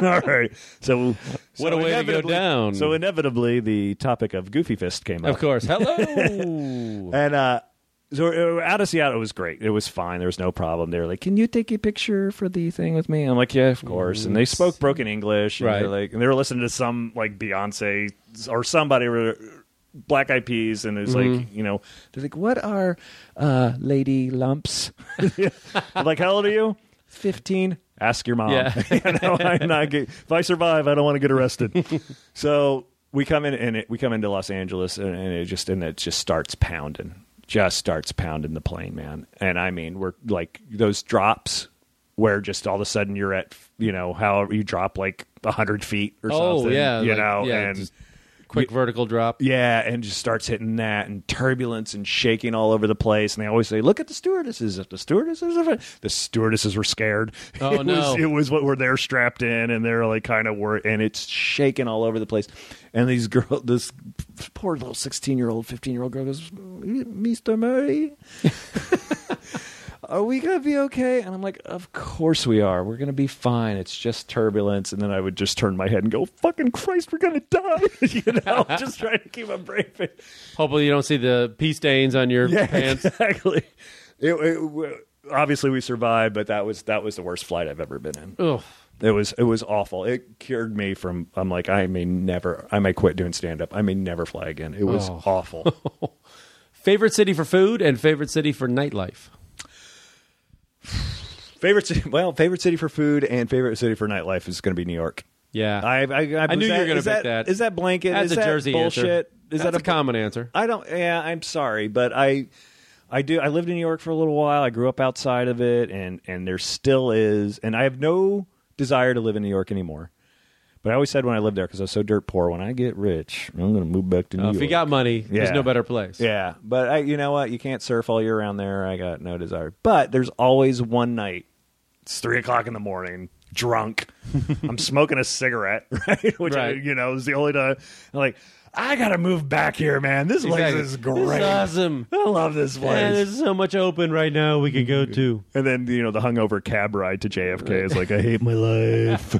B: All right. So,
C: What
B: so
C: a way to go
B: inevitably-
C: down.
B: So inevitably, the topic of Goofy Fist came up.
C: Of course. Hello.
B: And uh, so uh, out of Seattle, it was great. It was fine. There was no problem. They were like, "Can you take a picture for the thing with me?" I'm like, "Yeah, of course." And they spoke broken English. And They're
C: Right.
B: like, and they were listening to some like Beyonce or somebody or Black Eyed Peas, and it was like,
C: Mm-hmm.
B: you know, they're like, "What are uh, lady lumps?" I'm like, "How old are you?" Fifteen. Ask your mom.
C: Yeah.
B: You know, I'm not get- if I survive, I don't want to get arrested. so we come in and it, we come into Los Angeles and, and it just and it just starts pounding, just starts pounding the plane, man. And I mean, we're like those drops where just all of a sudden you're at you know however you drop like hundred feet or
C: Oh,
B: something,
C: yeah,
B: you
C: like-
B: know,
C: yeah,
B: and
C: just- Quick vertical drop.
B: yeah, and just starts hitting that and turbulence and shaking all over the place. And they always say, "Look at the stewardesses! If the stewardesses, are the stewardesses were scared.
C: Oh,
B: it
C: no.
B: Was, it was what were they're strapped in and they're like kind of were and it's shaking all over the place. And these girl, this poor little sixteen-year-old, fifteen-year-old girl goes, "Mister Murray." Are we gonna be okay? And I'm like, of course we are. We're gonna be fine. It's just turbulence. And then I would just turn my head and go, "Fucking Christ, we're gonna die!" you know, just trying to keep a brave face.
C: Hopefully you don't see the pee stains on your
B: Yeah,
C: pants.
B: exactly. It, it- obviously, we survived, but that was that was the worst flight I've ever been in.
C: Ugh.
B: It was it was awful. It cured me from. I'm like, I may never. I may quit doing stand up. I may never fly again. It was
C: Oh.
B: awful.
C: Favorite city for food and favorite city for nightlife.
B: favorite city. Well, favorite city for food and favorite city for nightlife is going to be New York.
C: Yeah.
B: I I, I, was
C: knew you were gonna
B: is
C: pick that.
B: Is that blanket?
C: That's
B: is
C: a
B: that
C: Jersey
B: bullshit?
C: answer.
B: Is
C: That's
B: that
C: a common answer?
B: I don't. Yeah, I'm sorry, but I, I do. I lived in New York for a little while. I grew up outside of it, and and there still is, and I have no desire to live in New York anymore. But I always said when I lived there because I was so dirt poor. When I get rich, I'm going to move back to New
C: Uh,
B: York.
C: if you got money, there's
B: Yeah.
C: no better place.
B: yeah, but I, you know what? You can't surf all year round there. I got no desire. But there's always one night. It's three o'clock in the morning. Drunk. I'm smoking a cigarette, right? Which I,
C: Right.
B: you know is the only time. I'm like, I gotta move back here, man. This
C: Exactly.
B: place is
C: This is
B: great.
C: awesome.
B: I love this
C: Man,
B: place. Mm-hmm.
C: there's so much open right now we could go to.
B: and then you know the hungover cab ride to JFK is like I hate my life.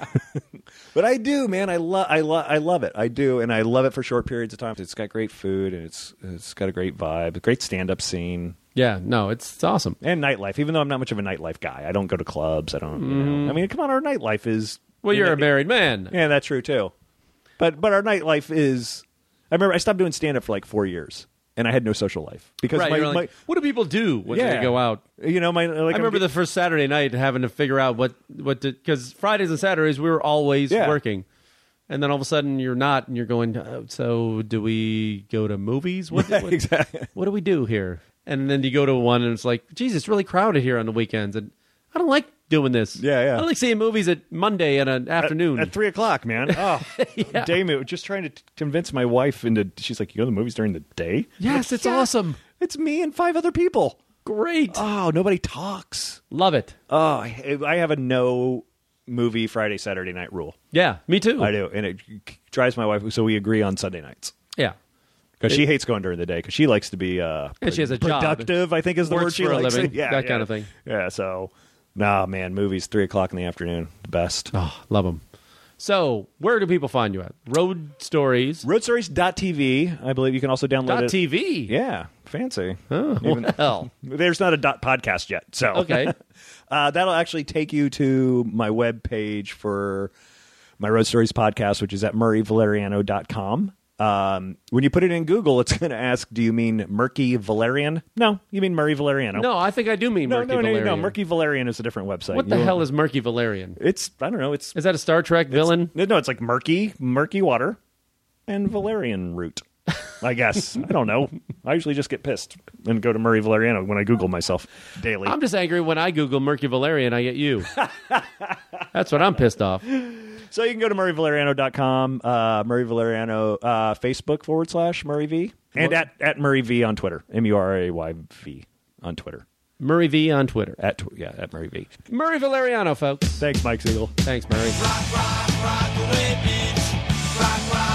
B: but I do, man. I love I love I love it. I do and I love it for short periods of time. 'cause It's got great food and it's it's got a great vibe, a great stand-up scene
C: Yeah, no, it's, it's awesome.
B: and nightlife. Even though I'm not much of a nightlife guy. I don't go to clubs. I don't, you know. I mean, come on, our nightlife is
C: Mm. Well, you're a married man.
B: Yeah, that's true too. But but our nightlife is I remember I stopped doing stand up for like 4 years and I had no social life because
C: Right.
B: my,
C: you're like,
B: my
C: what do people do when they go out?
B: You know, my like
C: I remember the first Saturday night having to figure out what what because Fridays and Saturdays we were always
B: Yeah.
C: working, and then all of a sudden you're not, and you're going. "Uh, So do we go to movies? What, what,
B: Exactly.
C: what do we do here? And then you go to one, and it's like, geez, it's really crowded here on the weekends, and I don't like doing this.
B: Yeah, yeah.
C: I don't like seeing movies at Monday in an afternoon.
B: at three o'clock, man. Oh, day mo- Just trying to t- convince my wife into. She's like, "You go to the movies during the day?"
C: yes, it's
B: Yeah.
C: awesome.
B: It's me and five other people.
C: Great,
B: Oh, nobody talks.
C: love it.
B: Oh, I, I have a no movie Friday Saturday night rule.
C: Yeah, me too.
B: I do, and it drives my wife. So we agree on Sunday nights
C: Yeah,
B: because she hates going during the day because she likes to be. Uh,
C: And she has a job.
B: productive. I think is the
C: Works
B: word she
C: for a
B: likes.
C: living,
B: Yeah,
C: that
B: yeah.
C: kind of thing.
B: Yeah. So, nah, man, movies three o'clock in the afternoon, the best.
C: oh, love them. So, where do people find you at? Road Stories.
B: Roadstories.tv. I believe you can also download
C: Dot
B: it.
C: TV.
B: Yeah, fancy. Even-
C: Well,
B: there's not a dot podcast yet, so
C: Okay.
B: uh, that'll actually take you to my web page for my Road Stories podcast, which is at murrayvaleriano.com. Um, when you put it in Google, it's going to ask, "Do you mean Murky Valerian?" No, you mean Murray Valeriano.
C: no, I think I do mean
B: no,
C: Murky
B: no, no,
C: Valerian.
B: no. Murky Valerian is a different website.
C: What the
B: You-
C: hell is Murky Valerian?
B: It's I don't know. It's
C: Is that a Star Trek villain?
B: no, no. It's like murky, murky water, and Valerian root. I guess. I don't know. I usually just get pissed and go to Murray Valeriano when I Google myself daily.
C: I'm just angry when I Google Murky Valerian, I get you. That's what I'm pissed off.
B: so you can go to murrayvaleriano.com, uh, Murray Valeriano, uh, Facebook forward slash Murray V, and at, at Murray V on Twitter, M U R A Y V on Twitter.
C: Murray V on Twitter.
B: At tw- yeah, at Murray V.
C: Murray Valeriano, folks.
B: Thanks, Mike Siegel.
C: Thanks, Murray.
E: rock, rock, rock away, bitch. Rock, rock.